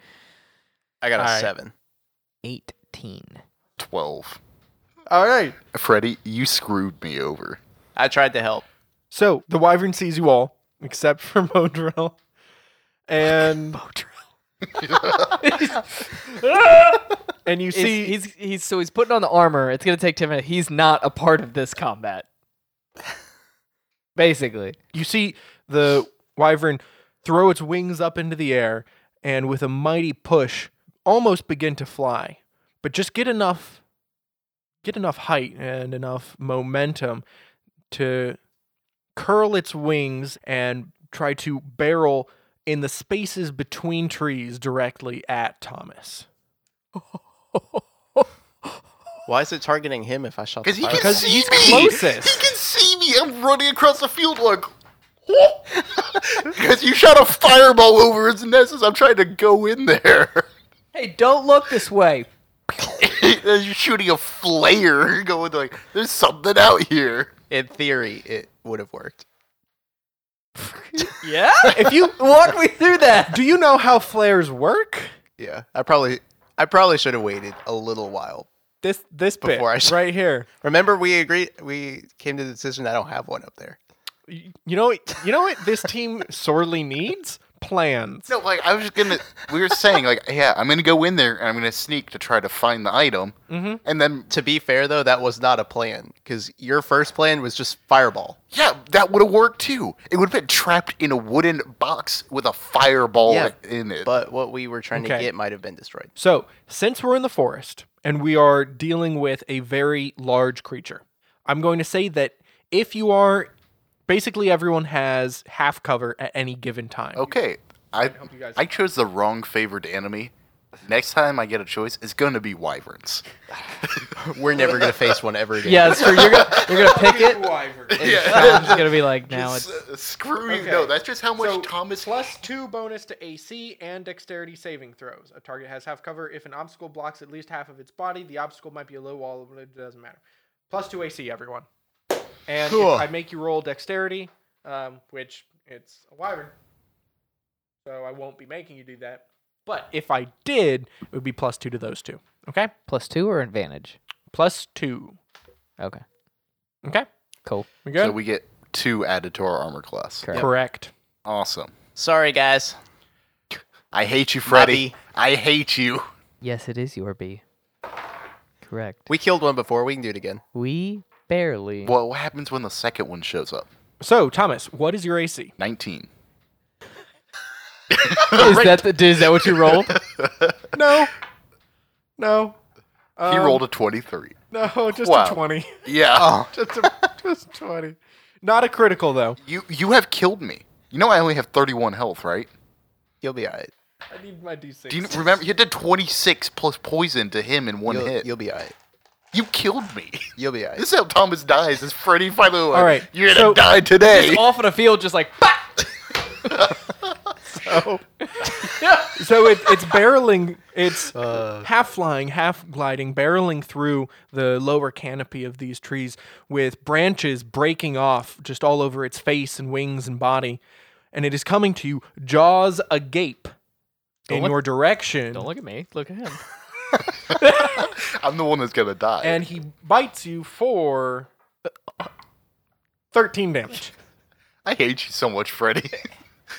Speaker 3: I got a
Speaker 1: All right.
Speaker 3: seven.
Speaker 5: 18.
Speaker 4: 12.
Speaker 3: All right,
Speaker 4: Freddy, you screwed me over.
Speaker 3: I tried to help.
Speaker 1: So the wyvern sees you all, except for Modril. And and you see
Speaker 5: he's, he's he's so he's putting on the armor. It's gonna take ten minutes. He's not a part of this combat. Basically,
Speaker 1: you see the wyvern throw its wings up into the air and with a mighty push almost begin to fly but just get enough get enough height and enough momentum to curl its wings and try to barrel in the spaces between trees directly at Thomas.
Speaker 3: Why is it targeting him if I shot the
Speaker 4: Because he can
Speaker 1: he's
Speaker 3: fireball?
Speaker 4: see me.
Speaker 1: closest.
Speaker 4: He can see me. I'm running across the field like. Because you shot a fireball over his nest as I'm trying to go in there.
Speaker 6: Hey, don't look this way.
Speaker 4: As You're shooting a flare, you're going like, "There's something out here."
Speaker 3: In theory, it would have worked.
Speaker 6: Yeah? if you walk me through that.
Speaker 1: Do you know how flares work?
Speaker 3: Yeah, I probably, I probably should have waited a little while.
Speaker 1: This this bit
Speaker 3: Before I sh-
Speaker 1: right here.
Speaker 3: Remember, we agreed, we came to the decision I don't have one up there.
Speaker 1: Y- You know what- you know what this team sorely needs? Plans.
Speaker 4: No, like I was just gonna. We were saying like, "Yeah, I'm gonna go in there and I'm gonna sneak to try to find the item."
Speaker 1: Mhm.
Speaker 4: And then,
Speaker 3: To be fair, though, that was not a plan because your first plan was just fireball.
Speaker 4: yeah, that would have worked too. It would have been trapped in a wooden box with a fireball
Speaker 3: Yeah,
Speaker 4: in it.
Speaker 3: But what we were trying to
Speaker 1: Okay.
Speaker 3: get might have been destroyed.
Speaker 1: So, since we're in the forest and we are dealing with a very large creature, I'm going to say that if you are basically everyone has half cover at any given time.
Speaker 4: Okay, I I chose the wrong favored enemy. Next time I get a choice, it's going to be wyverns.
Speaker 3: We're never gonna face one ever again.
Speaker 5: Yeah, so you're gonna you're gonna pick it. And Sean's gonna be like, now it's
Speaker 4: Just, uh, screw you.
Speaker 1: Okay.
Speaker 4: No, that's just how much
Speaker 1: So,
Speaker 4: Thomas.
Speaker 1: Plus two bonus to AC and dexterity saving throws. A target has half cover. If an obstacle blocks at least half of its body, the obstacle might be a low wall, but it doesn't matter. Plus two AC, everyone. And if
Speaker 3: Cool.
Speaker 1: I make you roll dexterity, um, which it's a wyvern, so I won't be making you do that. But if I did, it would be plus two to those two. Okay?
Speaker 5: plus two or advantage.
Speaker 1: Plus two.
Speaker 5: Okay,
Speaker 1: Okay?
Speaker 5: cool.
Speaker 1: We good?
Speaker 4: So we get two added to our armor class.
Speaker 5: Correct.
Speaker 1: Correct.
Speaker 4: Awesome.
Speaker 3: Sorry, guys.
Speaker 4: I hate you, Freddy.
Speaker 3: Nubby.
Speaker 4: I hate you.
Speaker 5: Yes, it is your B. Correct.
Speaker 3: We killed one before. We can do it again.
Speaker 5: We barely.
Speaker 4: Well, what happens when the second one shows up?
Speaker 1: So, Thomas, what is your AC?
Speaker 4: Nineteen.
Speaker 5: Is that the, is that what you rolled?
Speaker 1: No. No.
Speaker 4: he rolled a twenty-three.
Speaker 1: No, just
Speaker 4: Wow.
Speaker 1: a 20.
Speaker 4: Yeah.
Speaker 3: Oh.
Speaker 1: just, a, just 20. Not a critical, though.
Speaker 4: You you have killed me. You know I only have thirty-one health, right?
Speaker 3: You'll be alright.
Speaker 1: I need my D6.
Speaker 4: Do you remember? You did twenty-six plus poison to him in one
Speaker 3: You'll,
Speaker 4: hit.
Speaker 3: you'll be alright.
Speaker 4: you killed me.
Speaker 3: You'll be alright.
Speaker 4: This is how Thomas dies. Is Freddy finally like,
Speaker 1: All right,
Speaker 4: you're gonna
Speaker 1: so-
Speaker 4: die today.
Speaker 6: Off in a field, just like, "Bah!"
Speaker 1: so it, it's barreling, it's
Speaker 4: Uh.
Speaker 1: half flying, half gliding, barreling through the lower canopy of these trees with branches breaking off just all over its face and wings and body. And it is coming to you, jaws agape. in
Speaker 5: look-
Speaker 1: your direction,
Speaker 5: Don't look at me. Look at him.
Speaker 4: I'm the one that's gonna die.
Speaker 1: and he bites you for uh, thirteen damage.
Speaker 4: I hate you so much, Freddy.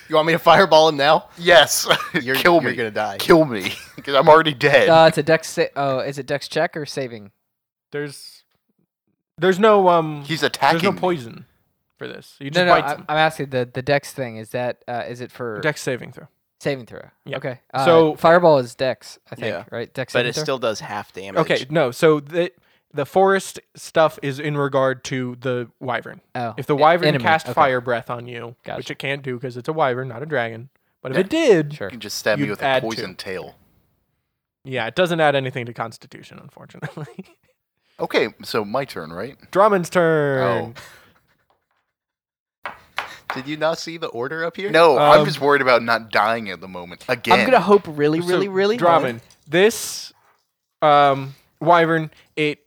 Speaker 3: You want me to fireball him now?
Speaker 4: yes,
Speaker 3: You're,
Speaker 4: kill
Speaker 3: you're
Speaker 4: me.
Speaker 3: gonna die.
Speaker 4: Kill me, because I'm already dead.
Speaker 5: Uh, it's a dex. Sa- oh, is it dex check or saving?
Speaker 1: There's there's no um
Speaker 4: He's attacking.
Speaker 1: there's no
Speaker 4: me.
Speaker 1: poison for this. You just
Speaker 5: No, no.
Speaker 1: bites
Speaker 5: I'm,
Speaker 1: him.
Speaker 5: I'm asking the the dex thing. Is that uh, is it for
Speaker 1: Dex saving throw.
Speaker 5: saving throw?
Speaker 1: Yeah.
Speaker 5: Okay. Uh,
Speaker 1: So-
Speaker 5: fireball is dex. I think
Speaker 3: Yeah.
Speaker 5: right. Dex.
Speaker 3: But
Speaker 5: saving
Speaker 3: it
Speaker 5: throw?
Speaker 3: still does half damage.
Speaker 1: Okay, no. So the the forest stuff is in regard to the wyvern.
Speaker 5: Oh,
Speaker 1: If the
Speaker 5: e-
Speaker 1: wyvern
Speaker 5: enemy,
Speaker 1: cast
Speaker 5: okay.
Speaker 1: fire breath on you, which
Speaker 5: Gotcha.
Speaker 1: it can't do because it's a wyvern, not a dragon. But if it did,
Speaker 5: Sure.
Speaker 4: You can just stab me
Speaker 1: You
Speaker 4: with a
Speaker 1: add two.
Speaker 4: poison tail.
Speaker 1: yeah, it doesn't add anything to Constitution, unfortunately.
Speaker 4: Okay, so my turn, right?
Speaker 1: Drummond's
Speaker 5: Oh.
Speaker 1: turn.
Speaker 3: Did you not see the order up here?
Speaker 4: Oh. No, I'm
Speaker 1: Um,
Speaker 4: just worried about not dying at the moment again.
Speaker 5: I'm gonna hope really,
Speaker 1: So,
Speaker 5: really, really. hard.
Speaker 1: Drummond, this um, wyvern, it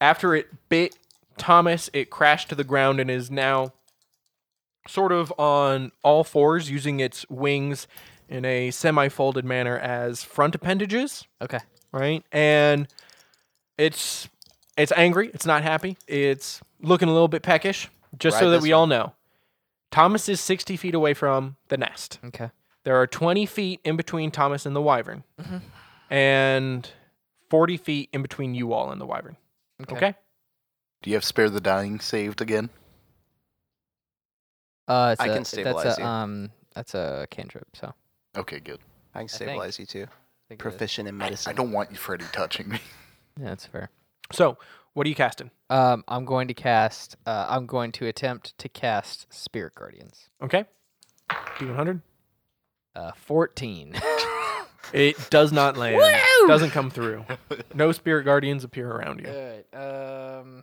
Speaker 1: after it bit Thomas, it crashed to the ground and is now sort of on all fours, using its wings in a semi-folded manner as front appendages,
Speaker 5: Okay.
Speaker 1: right? And it's it's angry. It's not happy. It's looking a little bit peckish. Just so
Speaker 3: Ride
Speaker 1: that
Speaker 3: this
Speaker 1: we all know, Thomas is sixty feet away from the nest.
Speaker 5: Okay.
Speaker 1: There are 20 feet in between Thomas and the Wyvern, and 40 feet in between you all and the Wyvern. Okay.
Speaker 4: Do you have spare the dying saved again?
Speaker 5: Uh, it's
Speaker 3: I
Speaker 5: a-
Speaker 3: can stabilize
Speaker 5: that's a,
Speaker 3: you.
Speaker 5: Um, that's a cantrip. So.
Speaker 4: Okay, good.
Speaker 3: I can
Speaker 5: think.
Speaker 3: stabilize you too.
Speaker 5: I think it is.
Speaker 3: Proficient in medicine.
Speaker 4: I don't want you, Freddy, touching me.
Speaker 5: Yeah, that's fair.
Speaker 1: So, what are you casting?
Speaker 5: Um, I'm going to cast. Uh, I'm going to attempt to cast Spirit Guardians.
Speaker 1: Okay. D100.
Speaker 5: Uh, fourteen.
Speaker 1: It does not land. Doesn't come through. No spirit guardians appear around you.
Speaker 5: Good. Um.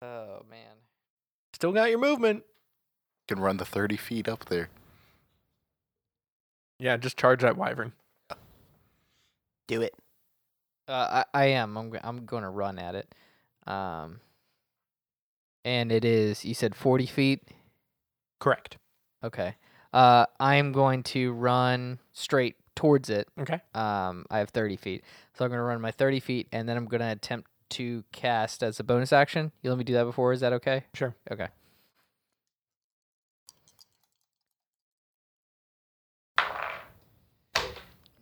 Speaker 5: Oh man.
Speaker 1: Still got your movement.
Speaker 4: Can run the 30 feet up there.
Speaker 1: Yeah, just charge that wyvern.
Speaker 2: Do it.
Speaker 5: Uh, I I am. I'm go- I'm going to run at it. Um. And it is. You said forty feet.
Speaker 1: Correct.
Speaker 5: Okay. Uh, I'm going to run straight towards it.
Speaker 1: Okay.
Speaker 5: Um, I have 30 feet. So I'm going to run my 30 feet and then I'm going to attempt to cast as a bonus action. You let me do that before? Is that okay?
Speaker 1: Sure.
Speaker 5: Okay.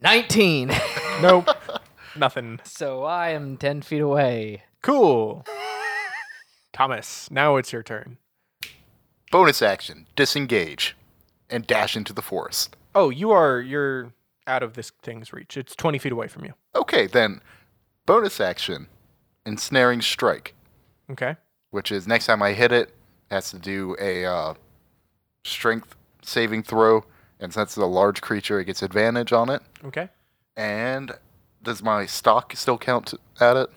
Speaker 5: Nineteen.
Speaker 1: Nope. Nothing.
Speaker 5: so I am ten feet away.
Speaker 1: Cool. Thomas, now it's your turn.
Speaker 4: Bonus action disengage and dash into the forest.
Speaker 1: Oh, you are you're out of this thing's reach. It's twenty feet away from you.
Speaker 4: Okay, then bonus action ensnaring strike,
Speaker 1: Okay.
Speaker 4: which is next time I hit it, it has to do a uh, strength saving throw. And since it's a large creature, it gets advantage on it.
Speaker 1: Okay.
Speaker 4: And does my stock still count at it?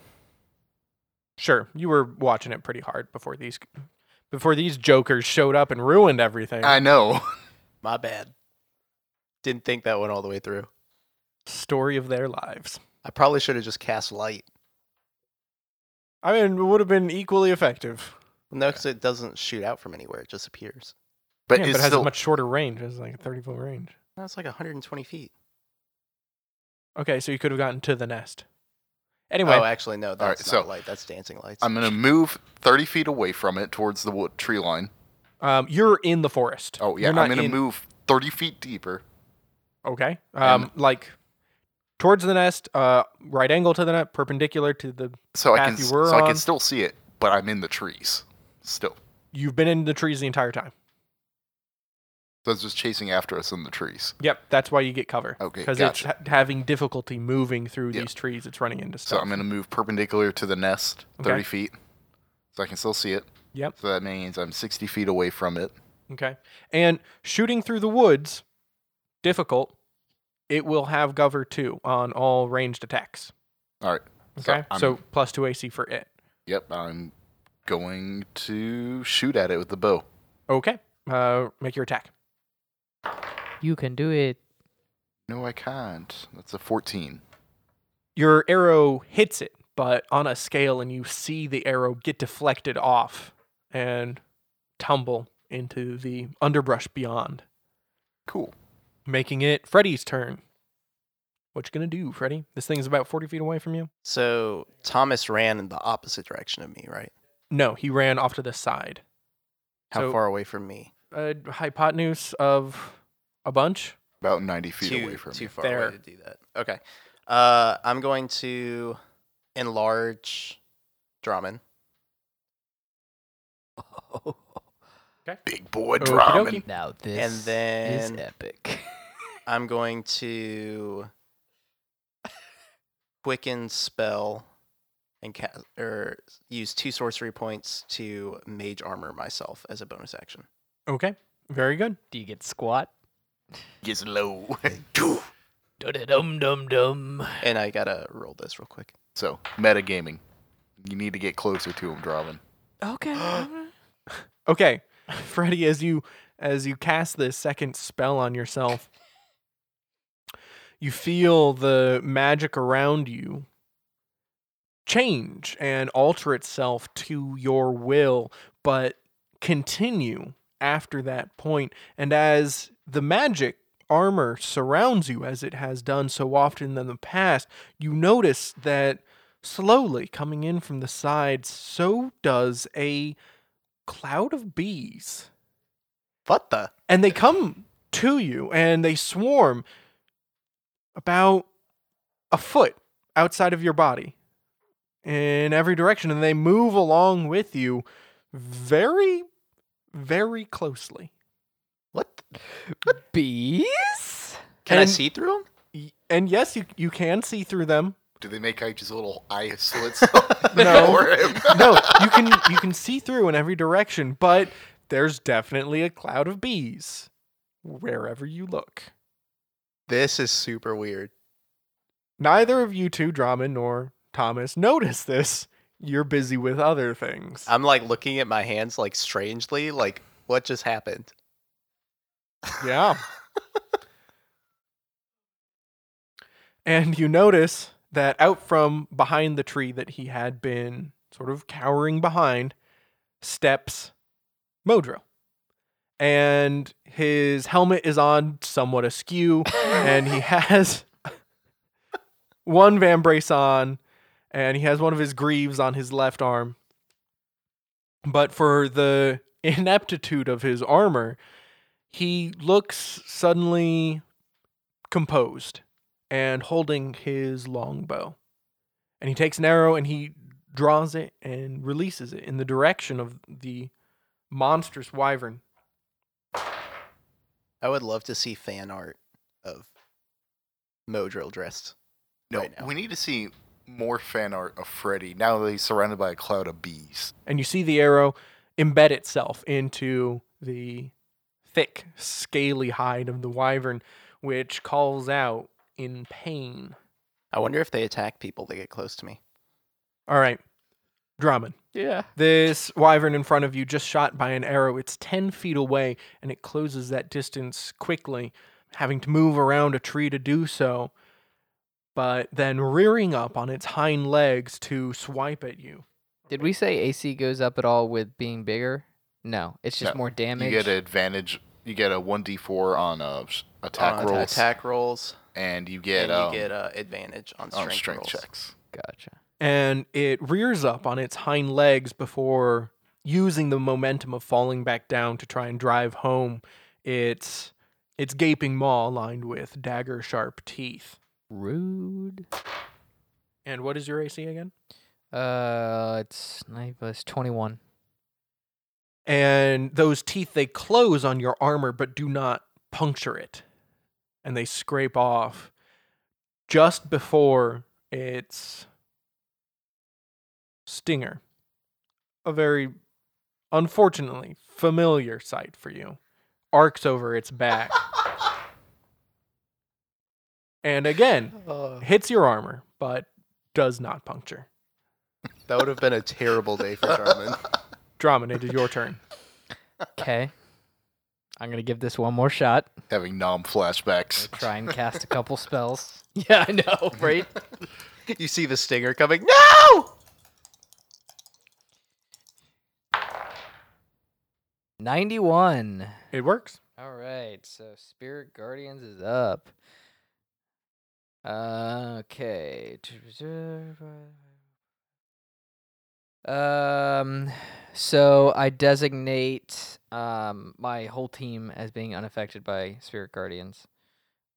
Speaker 1: Sure. You were watching it pretty hard before these before these jokers showed up and ruined everything.
Speaker 4: I know.
Speaker 3: My bad. Didn't think that went all the way through.
Speaker 1: Story of their lives.
Speaker 3: I probably should have just cast light.
Speaker 1: I mean, it would have been equally effective.
Speaker 3: No, because it doesn't shoot out from anywhere; it just appears.
Speaker 4: But
Speaker 1: yeah,
Speaker 4: it's
Speaker 1: but it has
Speaker 4: still
Speaker 1: a much shorter range. It's like a thirty foot range.
Speaker 3: That's like 120 feet.
Speaker 1: Okay, so you could have gotten to the nest. Anyway,
Speaker 3: Oh, actually, no. That's
Speaker 4: right,
Speaker 3: not
Speaker 4: so-
Speaker 3: light. That's dancing lights.
Speaker 4: I'm gonna move 30 feet away from it towards the wood tree line.
Speaker 1: um, you're in the forest.
Speaker 4: Oh yeah,
Speaker 1: You're not
Speaker 4: I'm gonna
Speaker 1: in-
Speaker 4: move 30 feet deeper.
Speaker 1: Okay. Um, like towards the nest, uh, right angle to the net, perpendicular to the.
Speaker 4: So I
Speaker 1: Path
Speaker 4: can
Speaker 1: you
Speaker 4: s-
Speaker 1: were
Speaker 4: so I
Speaker 1: on.
Speaker 4: can still see it, but I'm in the trees still.
Speaker 1: You've been in the trees the entire time.
Speaker 4: So it's just chasing after us in the trees.
Speaker 1: Yep, that's why you get cover.
Speaker 4: Okay,
Speaker 1: because
Speaker 4: gotcha.
Speaker 1: it's ha- having difficulty moving through
Speaker 4: Yep.
Speaker 1: these trees. It's running into
Speaker 4: So
Speaker 1: stuff.
Speaker 4: I'm gonna move perpendicular to the nest, 30
Speaker 1: Okay.
Speaker 4: feet, so I can still see it.
Speaker 1: Yep.
Speaker 4: So that means I'm 60 feet away from it.
Speaker 1: Okay. And shooting through the woods, difficult. It will have cover too on all ranged attacks.
Speaker 4: All right.
Speaker 1: Okay.
Speaker 4: I'm-
Speaker 1: So, plus two AC for it.
Speaker 4: Yep, I'm going to shoot at it with the bow.
Speaker 1: Okay. Uh, make your attack.
Speaker 5: You can do it.
Speaker 4: No, I can't. That's a 14.
Speaker 1: your arrow hits it, but on a scale, and you see the arrow get deflected off and tumble into the underbrush beyond,
Speaker 4: Cool.
Speaker 1: making it Freddy's turn. What you gonna do, Freddy? This thing's about forty feet away from you.
Speaker 3: so Thomas ran in the opposite direction of me, right?
Speaker 1: No, he ran off to the side.
Speaker 3: How
Speaker 1: So-
Speaker 3: far away from me?
Speaker 1: A hypotenuse of a bunch.
Speaker 4: About 90 feet
Speaker 3: too,
Speaker 4: away from
Speaker 3: too
Speaker 4: you.
Speaker 3: far
Speaker 1: There.
Speaker 3: away to do that. Okay. Uh, I'm going to enlarge Draman.
Speaker 4: Big boy
Speaker 1: Okey
Speaker 4: drum.
Speaker 1: dokey.
Speaker 5: Now this
Speaker 3: then-
Speaker 5: is epic.
Speaker 3: I'm going to quicken spell and ca- or use two sorcery points to mage armor myself as a bonus action.
Speaker 1: Okay, very good.
Speaker 5: do you get squat?
Speaker 4: Gets low.
Speaker 5: Dum dum dum.
Speaker 3: And I gotta roll this real quick.
Speaker 4: So, metagaming. You need to get closer to him, Drawlin.
Speaker 5: Okay.
Speaker 1: Okay, Freddy, as you as you cast this second spell on yourself, you feel the magic around you change and alter itself to your will, but continue after that point. And as the magic armor surrounds you, as it has done so often in the past, you notice that slowly coming in from the side, so does a cloud of bees.
Speaker 3: What the?
Speaker 1: And they come to you and they swarm about a foot outside of your body in every direction. And they move along with you very, very closely.
Speaker 3: What? th-
Speaker 5: Bees?
Speaker 3: Can I
Speaker 1: And-
Speaker 3: see through him?
Speaker 1: Y- And yes, you, you can see through them.
Speaker 4: Do they make out just little eye slits
Speaker 1: No.
Speaker 4: for him?
Speaker 1: No, you can you can see through in every direction, but there's definitely a cloud of bees wherever you look.
Speaker 3: This is super weird.
Speaker 1: Neither of you two, Drummond nor Thomas, notice this. You're busy with other things.
Speaker 3: I'm like looking at my hands like strangely, like what just happened?
Speaker 1: Yeah. and you notice that out from behind the tree that he had been sort of cowering behind steps Modro. And his helmet is on somewhat askew, and he has one van brace on, and he has one of his greaves on his left arm. But for the ineptitude of his armor, he looks suddenly composed and holding his longbow. And he takes an arrow and he draws it and releases it in the direction of the monstrous wyvern.
Speaker 3: I would love to see fan art of Modril dressed.
Speaker 4: No,
Speaker 3: right now.
Speaker 4: we need to see more fan art of Freddy now that he's surrounded by a cloud of bees.
Speaker 1: And you see the arrow embed itself into the thick, scaly hide of the wyvern, which calls out in pain.
Speaker 3: I wonder if they attack people that get close to me.
Speaker 1: All right, Drummond.
Speaker 6: Yeah.
Speaker 1: This wyvern in front of you, just shot by an arrow, it's 10 feet away and it closes that distance quickly, having to move around a tree to do so, but then rearing up on its hind legs to swipe at you.
Speaker 5: Did we say AC goes up at all with being bigger? No, it's just
Speaker 4: No,
Speaker 5: more damage.
Speaker 4: You get an advantage. You get a one d four on uh, s- attack
Speaker 3: On
Speaker 4: rolls,
Speaker 3: Attack rolls.
Speaker 4: and you get
Speaker 3: and you
Speaker 4: um,
Speaker 3: get uh, advantage on strength,
Speaker 4: on strength
Speaker 3: rolls.
Speaker 4: checks.
Speaker 5: Gotcha.
Speaker 1: And it rears up on its hind legs before using the momentum of falling back down to try and drive home its its gaping maw lined with dagger sharp teeth.
Speaker 5: Rude.
Speaker 1: And what is your AC again?
Speaker 5: Uh, it's nine plus twenty-one.
Speaker 1: and those teeth they close on your armor but do not puncture it and they scrape off just before its stinger a very unfortunately familiar sight for you arcs over its back and again hits your armor but does not puncture
Speaker 3: That would have been a terrible day for Drummond.
Speaker 1: Drummond, it is your turn
Speaker 5: Okay. I'm gonna give this one more shot.
Speaker 4: Having nom flashbacks.
Speaker 5: Try and cast a couple spells. Yeah, I know, right?
Speaker 3: you see the stinger coming. No!
Speaker 5: Ninety-one.
Speaker 1: it works
Speaker 5: All right, so Spirit Guardians is up. Uh, okay. Um, so I designate um my whole team as being unaffected by Spirit Guardians.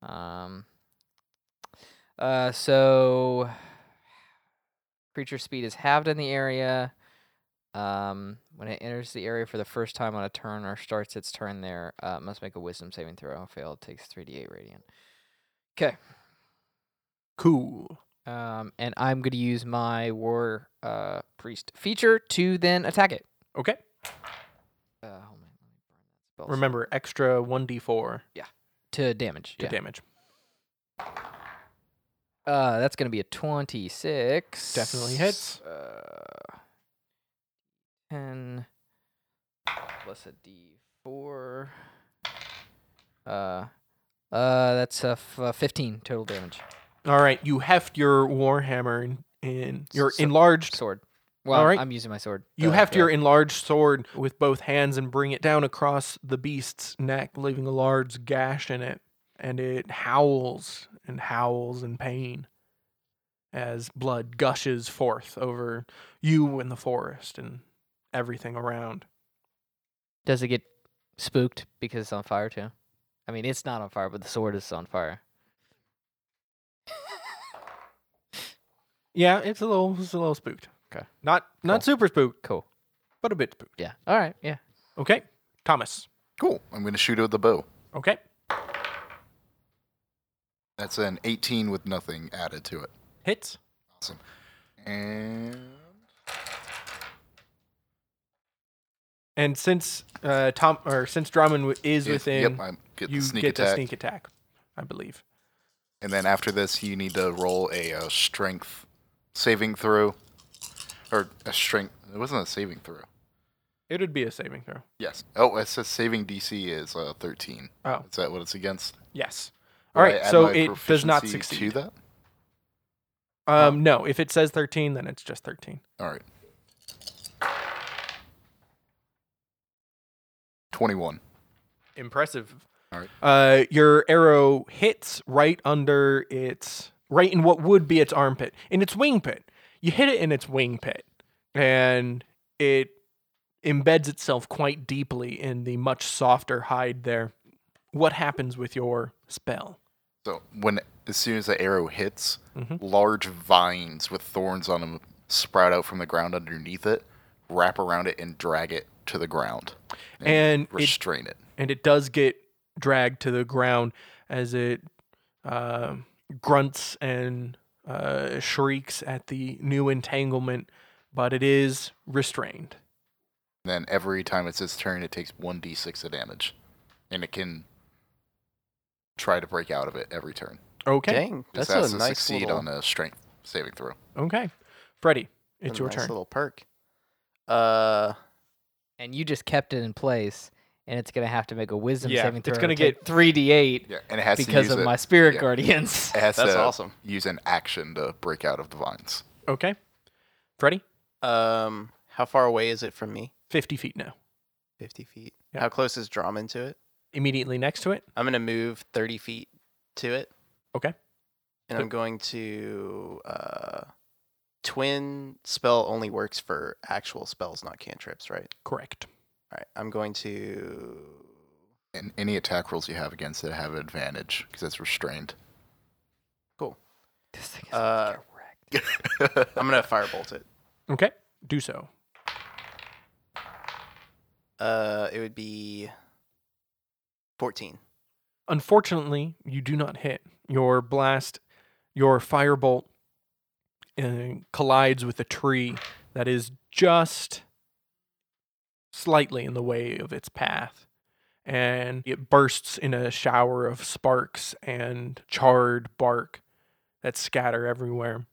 Speaker 5: Um. Uh, so creature speed is halved in the area. Um, when it enters the area for the first time on a turn or starts its turn there, uh, it must make a wisdom saving throw. Fail, it takes 3d8 radiant. Okay.
Speaker 1: cool
Speaker 5: Um, and I'm going to use my War uh, Priest feature to then attack it.
Speaker 1: okay
Speaker 5: Uh, hold on. Let me burn that spell slot.
Speaker 1: Remember, extra 1d4
Speaker 5: To damage.
Speaker 1: to
Speaker 5: yeah.
Speaker 1: damage.
Speaker 5: Uh, that's going to be a 26.
Speaker 1: Definitely hits.
Speaker 5: Uh, 10 plus a d4. Uh, uh, that's a f- uh, 15 total damage.
Speaker 1: All right, you heft your warhammer in, in your
Speaker 5: So-
Speaker 1: enlarged.
Speaker 5: Sword. Well,
Speaker 1: All right.
Speaker 5: I'm using my sword.
Speaker 1: You
Speaker 5: but,
Speaker 1: heft
Speaker 5: yeah.
Speaker 1: your enlarged sword with both hands and bring it down across the beast's neck, leaving a large gash in it, and it howls and howls in pain as blood gushes forth over you and the forest and everything around.
Speaker 5: Does it get spooked because it's on fire too? I mean, it's not on fire, but the sword is on fire.
Speaker 1: Yeah, it's a little it's a little spooked.
Speaker 5: Okay.
Speaker 1: Not not super spooked,
Speaker 5: Cool.
Speaker 1: but a bit spooked.
Speaker 5: Yeah. All right. Yeah.
Speaker 1: Okay. Thomas.
Speaker 4: Cool. I'm gonna shoot it with the bow.
Speaker 1: Okay.
Speaker 4: That's an 18 with nothing added to it.
Speaker 1: Hits.
Speaker 4: Awesome. And
Speaker 1: And since uh, Tom or since Drummond w- is
Speaker 4: if-
Speaker 1: within
Speaker 4: Yep, I'm Get
Speaker 1: you
Speaker 4: the sneak
Speaker 1: get
Speaker 4: attack.
Speaker 1: the sneak attack, I believe.
Speaker 4: And then after this, you need to roll a, uh strength saving throw. Or a strength. It wasn't a saving throw.
Speaker 1: It would be a saving throw.
Speaker 4: Yes. Oh, it says saving DC is uh, 13.
Speaker 1: Oh.
Speaker 4: Is that what it's against?
Speaker 1: Yes.
Speaker 4: Will
Speaker 1: All
Speaker 4: I
Speaker 1: right.
Speaker 4: add
Speaker 1: So
Speaker 4: my
Speaker 1: it does not
Speaker 4: proficiency
Speaker 1: succeed.
Speaker 4: To that?
Speaker 1: Um, no. If it says thirteen, then it's just thirteen.
Speaker 4: All right. 21.
Speaker 1: Impressive.
Speaker 4: All right.
Speaker 1: Uh, your arrow hits right under its right in what would be its armpit, in its wing pit. You hit it in its wing pit, and it embeds itself quite deeply in the much softer hide there. What happens with your spell?
Speaker 4: So when as soon as the arrow hits,
Speaker 1: Mhm.
Speaker 4: large vines with thorns on them sprout out from the ground underneath it, wrap around it, and drag it to the ground,
Speaker 1: And it
Speaker 4: restrain it.
Speaker 1: and it does get dragged to the ground as it uh, grunts and uh, shrieks at the new entanglement, but it is restrained.
Speaker 4: then every time it's its turn, it takes one d6 of damage, and it can try to break out of it every turn.
Speaker 1: Okay.
Speaker 3: Dang,
Speaker 4: Just
Speaker 3: that's
Speaker 4: has
Speaker 3: a
Speaker 4: to
Speaker 3: nice
Speaker 4: succeed
Speaker 3: little,
Speaker 4: on a strength saving throw.
Speaker 1: Okay. Freddy,
Speaker 3: a
Speaker 1: it's your
Speaker 3: nice
Speaker 1: turn.
Speaker 3: Little perk. Uh,
Speaker 5: and you just kept it in place, and it's gonna have to make a wisdom
Speaker 1: Yeah,
Speaker 5: saving
Speaker 1: it's
Speaker 5: throw.
Speaker 1: gonna
Speaker 5: to
Speaker 1: get-
Speaker 5: three d eight
Speaker 4: Yeah, and it has
Speaker 5: because
Speaker 4: to use
Speaker 5: of
Speaker 4: it-
Speaker 5: my spirit
Speaker 4: yeah.
Speaker 5: guardians.
Speaker 4: It has
Speaker 3: That's
Speaker 4: to
Speaker 3: awesome.
Speaker 4: Use an action to break out of the vines.
Speaker 1: Okay. Freddy,
Speaker 3: um, how far away is it from me?
Speaker 1: 50 feet now.
Speaker 3: 50 feet.
Speaker 1: Yeah.
Speaker 3: How close is Drummond to it?
Speaker 1: Immediately next to it.
Speaker 3: I'm going to move 30 feet to it.
Speaker 1: Okay.
Speaker 3: And I'm going to. Uh, twin spell only works for actual spells, not cantrips, right?
Speaker 1: Correct.
Speaker 3: All right. I'm going to.
Speaker 4: And any attack rolls you have against it have advantage because it's restrained.
Speaker 5: This thing is
Speaker 3: Uh,
Speaker 5: gonna get wrecked.
Speaker 3: I'm going to firebolt it.
Speaker 1: Okay. Do so.
Speaker 3: Uh, it would be 14.
Speaker 1: Unfortunately, you do not hit. Your blast, your firebolt uh, collides with a tree that is just slightly in the way of its path. And it bursts in a shower of sparks and charred bark that scatter everywhere.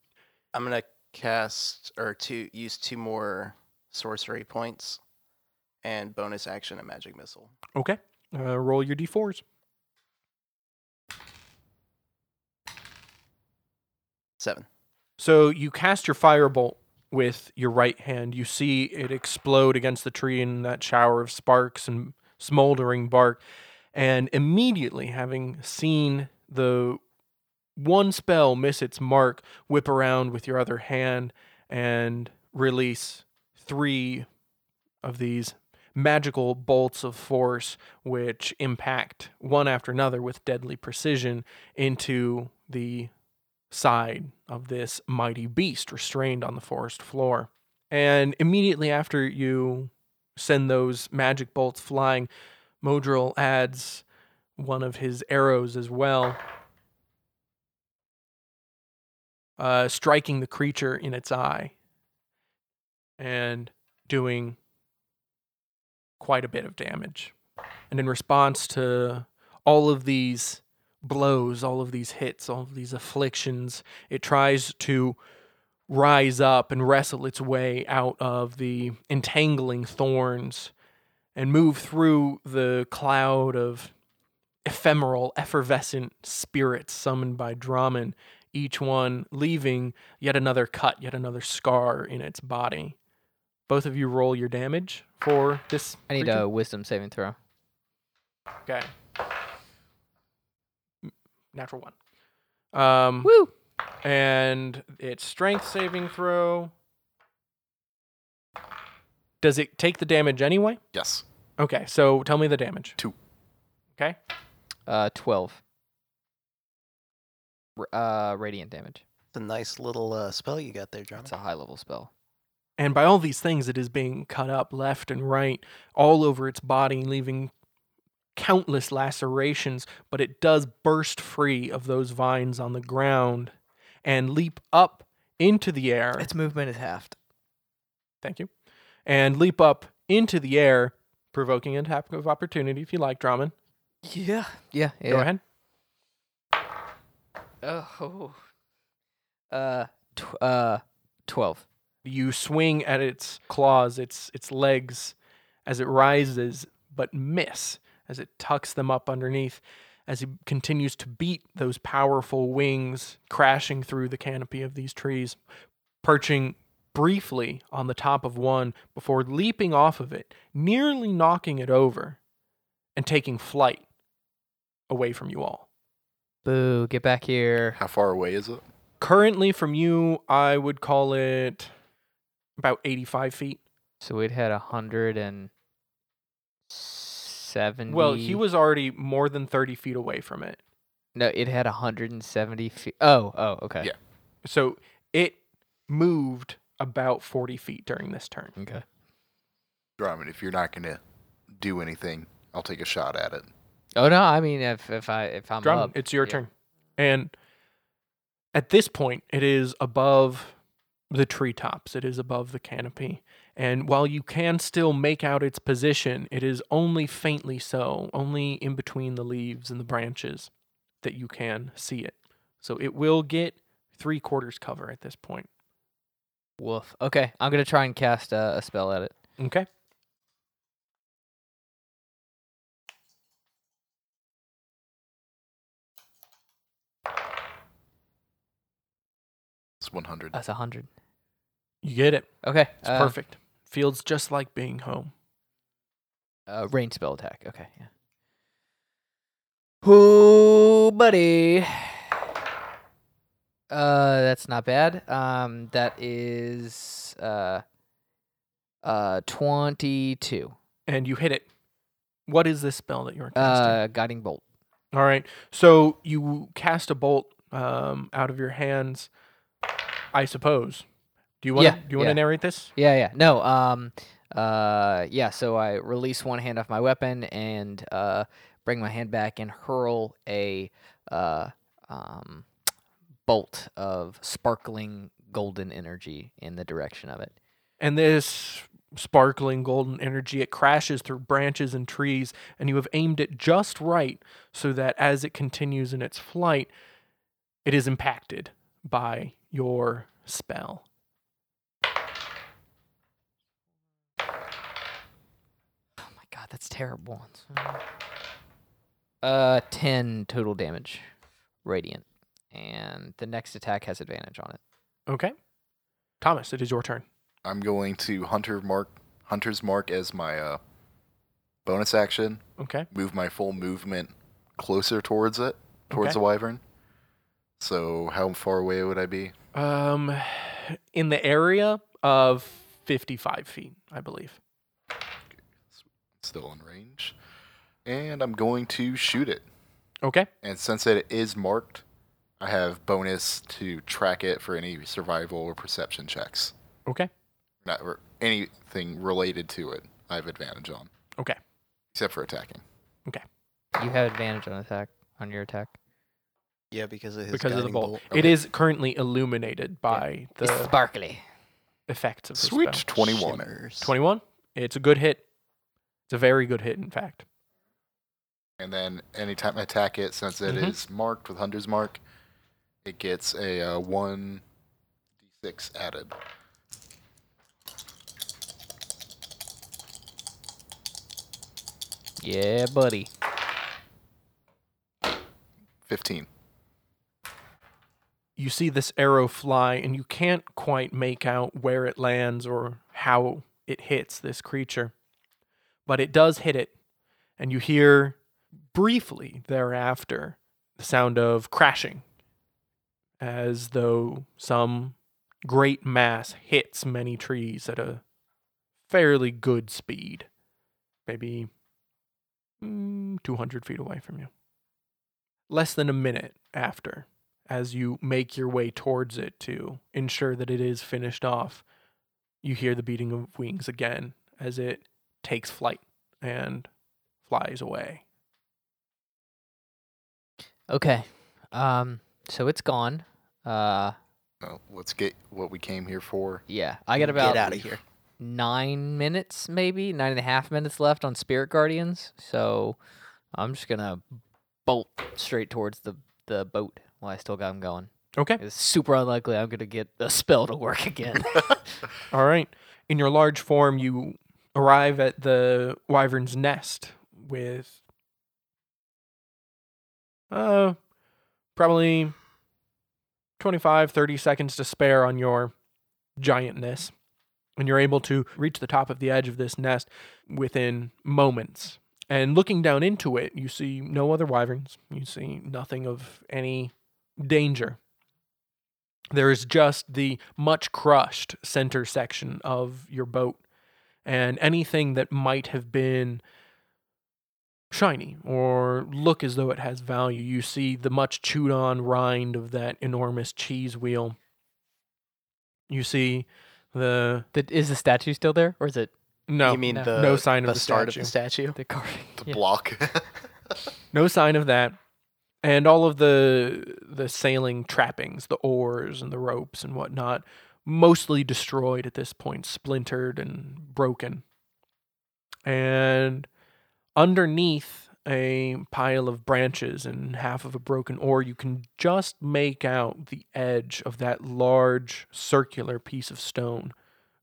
Speaker 3: I'm gonna cast or two use two more sorcery points and bonus action a magic missile.
Speaker 1: Okay. Uh, roll your d4s.
Speaker 3: Seven.
Speaker 1: So you cast your firebolt with your right hand. You see it explode against the tree in that shower of sparks and smoldering bark. And immediately, having seen the one spell miss its mark, whip around with your other hand and release three of these magical bolts of force, which impact one after another with deadly precision into the side of this mighty beast restrained on the forest floor. And immediately after you send those magic bolts flying, Modril adds one of his arrows as well, uh, striking the creature in its eye and doing quite a bit of damage. And in response to all of these blows, all of these hits, all of these afflictions. It tries to rise up and wrestle its way out of the entangling thorns and move through the cloud of ephemeral, effervescent spirits summoned by Draman, each one leaving yet another cut, yet another scar in its body. Both of you roll your damage for this.
Speaker 5: I need
Speaker 1: creature.
Speaker 5: a wisdom saving throw.
Speaker 1: Okay. Natural one. Um,
Speaker 5: Woo!
Speaker 1: and it's strength saving throw. Does it take the damage anyway?
Speaker 4: Yes.
Speaker 1: Okay, so tell me the damage.
Speaker 4: Two.
Speaker 1: Okay.
Speaker 5: Uh, twelve. R- uh, radiant damage.
Speaker 3: It's a nice little uh, spell you got there, John.
Speaker 5: It's a high level spell.
Speaker 1: And by all these things, it is being cut up left and right, all over its body, leaving countless lacerations. But it does burst free of those vines on the ground and leap up into the air.
Speaker 5: movement is halved.
Speaker 1: Thank you. And leap up into the air, provoking an attack of opportunity if you like, Draman.
Speaker 5: Yeah. Yeah. yeah.
Speaker 1: Go ahead.
Speaker 5: Oh. Uh. Tw- uh. Twelve.
Speaker 1: You swing at its claws, its its legs, as it rises, but miss as it tucks them up underneath. As he continues to beat those powerful wings, crashing through the canopy of these trees, perching briefly on the top of one before leaping off of it, nearly knocking it over, and taking flight away from you all.
Speaker 5: Boo! Get back here.
Speaker 4: How far away is it?
Speaker 1: Currently, from you, I would call it about 85 feet.
Speaker 5: So we'd had a hundred and seventy.
Speaker 1: Well, he was already more than 30 feet away from it.
Speaker 5: No, it had a hundred and seventy feet. Oh. Oh. Okay.
Speaker 4: Yeah.
Speaker 1: So it moved about 40 feet during this turn.
Speaker 5: Okay.
Speaker 4: Drummond, if you're not going to do anything, I'll take a shot at it.
Speaker 5: Oh no! I mean, if if I if I'm
Speaker 1: Drum,
Speaker 5: up,
Speaker 1: it's your
Speaker 5: yeah.
Speaker 1: turn. And at this point, it is above the treetops, it is above the canopy. And while you can still make out its position, it is only faintly so, only in between the leaves and the branches that you can see it. So it will get three quarters cover at this point.
Speaker 5: Woof. Okay, I'm gonna try and cast uh, a spell at it.
Speaker 1: Okay.
Speaker 4: It's 100.
Speaker 5: That's a hundred.
Speaker 1: You get it.
Speaker 5: Okay.
Speaker 1: It's
Speaker 5: uh,
Speaker 1: perfect. Feels just like being home.
Speaker 5: Uh, range spell attack. Okay. Yeah. Ooh, buddy. Uh, that's not bad. Um, that is uh, uh, twenty-two.
Speaker 1: And you hit it. What is this spell that you're casting?
Speaker 5: Uh, guiding bolt.
Speaker 1: All right. So you cast a bolt um, out of your hands, I suppose. Do you want?
Speaker 5: Yeah,
Speaker 1: Do you want
Speaker 5: yeah.
Speaker 1: to narrate this?
Speaker 5: Yeah, yeah. No. Um. Uh. Yeah. So I release one hand off my weapon and uh bring my hand back and hurl a uh um bolt of sparkling golden energy in the direction of it.
Speaker 1: And this sparkling golden energy it crashes through branches and trees, and you have aimed it just right so that as it continues in its flight, it is impacted by your spell.
Speaker 5: Oh my god, that's terrible. Uh, ten total damage, radiant, and the next attack has advantage on it.
Speaker 1: Okay, Thomas, it is your turn.
Speaker 4: I'm going to Hunter Mark, Hunter's Mark as my uh, bonus action.
Speaker 1: Okay,
Speaker 4: Move my full movement closer towards it, towards
Speaker 1: Okay.
Speaker 4: the wyvern. So how far away would I be?
Speaker 1: um, in the area of fifty-five feet, I believe.
Speaker 4: Still in range. And I'm going to shoot it.
Speaker 1: Okay.
Speaker 4: And since it is marked, I have bonus to track it for any survival or perception checks.
Speaker 1: Okay.
Speaker 4: Not or anything related to it. I have advantage on,
Speaker 1: Okay.
Speaker 4: except for attacking.
Speaker 5: You have advantage on attack on your attack.
Speaker 3: Yeah, because of his
Speaker 1: because of the
Speaker 3: guiding
Speaker 1: bolt. It
Speaker 4: Okay.
Speaker 1: is currently illuminated by
Speaker 5: It's
Speaker 1: the
Speaker 5: sparkly.
Speaker 1: effects of the
Speaker 4: Sweet
Speaker 1: spell.
Speaker 4: 21.
Speaker 3: Shimmers.
Speaker 1: 21. It's a good hit. It's a very good hit, in fact.
Speaker 4: And then anytime I attack it, since it is
Speaker 1: Mhm.
Speaker 4: marked with Hunter's Mark, it gets a uh, 1d6 added.
Speaker 5: Yeah, buddy.
Speaker 4: 15.
Speaker 1: You see this arrow fly, and you can't quite make out where it lands or how it hits this creature, but it does hit it, and you hear briefly thereafter the sound of crashing as though some great mass hits many trees at a fairly good speed, maybe mm, 200 feet away from you. Less than a minute after, as you make your way towards it to ensure that it is finished off, you hear the beating of wings again as it takes flight and flies away.
Speaker 5: Okay. Um. So it's gone. Uh.
Speaker 4: No, let's get what we came here for.
Speaker 5: Yeah. I got
Speaker 3: Get out
Speaker 5: about
Speaker 3: of here.
Speaker 5: nine minutes, maybe nine and a half minutes left on Spirit Guardians. So, I'm just gonna bolt straight towards the the boat while I still got him going.
Speaker 1: Okay.
Speaker 5: It's super unlikely I'm gonna get a spell to work again.
Speaker 1: All right. In your large form, you arrive at the wyvern's nest with uh probably 25 30 seconds to spare on your giantness and you're able to reach the top of the edge of this nest within moments and looking down into it you see no other wyverns you see nothing of any danger there is just the much crushed center section of your boat and anything that might have been shiny or look as though it has value you see the much chewed on rind of that enormous cheese wheel you see the
Speaker 5: Th- is the statue still there, or is it
Speaker 1: no
Speaker 3: you mean
Speaker 5: no.
Speaker 3: the
Speaker 1: No sign of
Speaker 3: the
Speaker 1: the
Speaker 3: start of the statue?
Speaker 5: the carving?
Speaker 4: The
Speaker 5: Yeah.
Speaker 4: block.
Speaker 1: no sign of that and all of the the sailing trappings the oars and the ropes and whatnot mostly destroyed at this point splintered and broken and underneath a pile of branches and half of a broken oar you can just make out the edge of that large circular piece of stone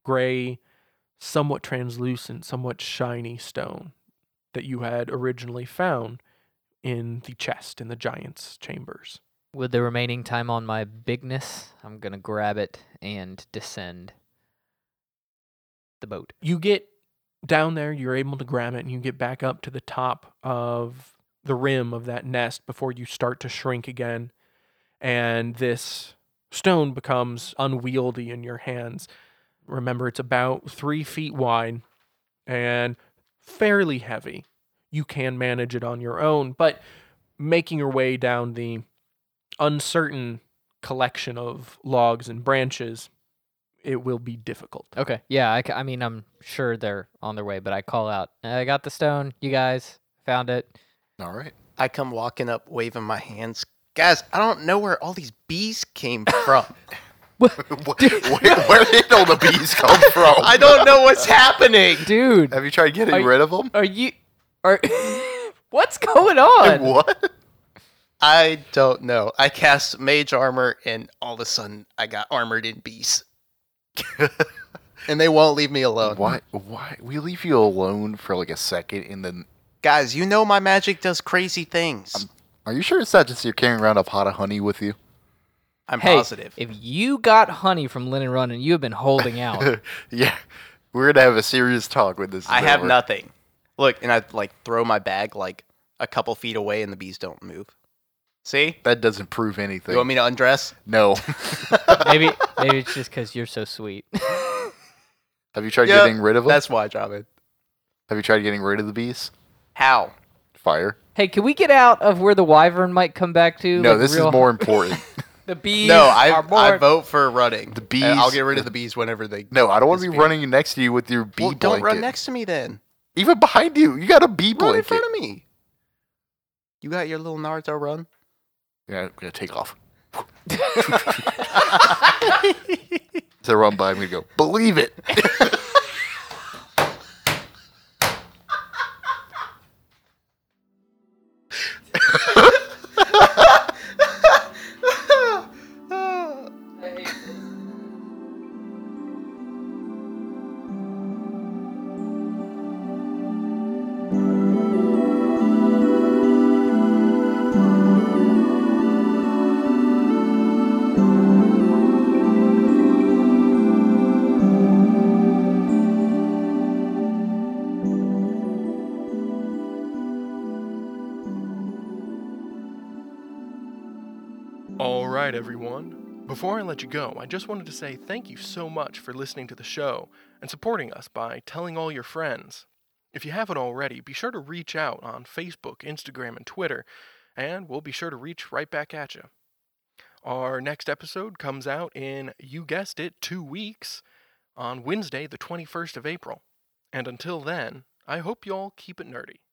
Speaker 1: gray somewhat translucent somewhat shiny stone that you had originally found in the chest in the giant's chambers.
Speaker 5: With the remaining time on my bigness, I'm gonna grab it and descend the boat.
Speaker 1: You get down there, you're able to grab it, and you get back up to the top of the rim of that nest before you start to shrink again. And this stone becomes unwieldy in your hands. Remember, it's about three feet wide and fairly heavy. You can manage it on your own, but making your way down the uncertain collection of logs and branches, it will be difficult.
Speaker 5: Okay. Yeah. I, ca- I mean, I'm sure they're on their way, but I call out. I got the stone. You guys found it.
Speaker 4: All right.
Speaker 3: I come walking up, waving my hands. Guys, I don't know where all these bees came from.
Speaker 4: Wh- where, where did all the bees come from?
Speaker 3: I don't know what's happening.
Speaker 5: Dude,
Speaker 4: Have you tried getting
Speaker 5: Are-
Speaker 4: rid of them?
Speaker 5: are you? Are what's going on?
Speaker 4: What?
Speaker 3: I don't know. I cast mage armor, and all of a sudden, I got armored in bees. and they won't leave me alone.
Speaker 4: Why? Why? We leave you alone for like a second, and then
Speaker 3: Guys, you know my magic does crazy things. I'm,
Speaker 4: are you sure it's not just you're carrying around a pot of honey with you?
Speaker 5: Hey,
Speaker 3: positive.
Speaker 5: if you got honey from Linen Run and you have been holding out,
Speaker 4: yeah, we're gonna have a serious talk with this. is
Speaker 3: I have
Speaker 4: over.
Speaker 3: nothing. Look, and I like throw my bag like a couple feet away, and the bees don't move. See?
Speaker 4: That doesn't prove anything.
Speaker 3: You want me to undress?
Speaker 4: no.
Speaker 5: maybe maybe it's just because you're so sweet.
Speaker 4: have you tried
Speaker 3: Yeah,
Speaker 4: getting rid of them?
Speaker 3: That's why, Robin.
Speaker 4: Have you tried getting rid of the bees?
Speaker 3: How?
Speaker 4: Fire.
Speaker 5: hey, can we get out of where the wyvern might come back to?
Speaker 4: No,
Speaker 5: Like,
Speaker 4: this
Speaker 5: real-
Speaker 4: is more important.
Speaker 5: The bees.
Speaker 3: no, I
Speaker 5: are more-
Speaker 3: I vote for running.
Speaker 4: The
Speaker 3: And I'll
Speaker 4: bees-
Speaker 3: get rid of the bees whenever they.
Speaker 4: no, I don't want to
Speaker 3: This
Speaker 4: be
Speaker 3: bee.
Speaker 4: running next to you with your bee
Speaker 3: Well, don't run
Speaker 4: blanket.
Speaker 3: next to me then.
Speaker 4: Even behind you, you got a bee
Speaker 3: Run in
Speaker 4: blanket.
Speaker 3: front of me. You got your little Naruto run.
Speaker 4: Yeah, I'm gonna take off. so run by me and go, believe it.
Speaker 1: All right, everyone. Before I let you go, I just wanted to say thank you so much for listening to the show and supporting us by telling all your friends. If you haven't already, be sure to reach out on Facebook, Instagram, and Twitter, and we'll be sure to reach right back at you. Our next episode comes out in, you guessed it, two weeks on Wednesday, the 21st of April. And until then, I hope you all keep it nerdy.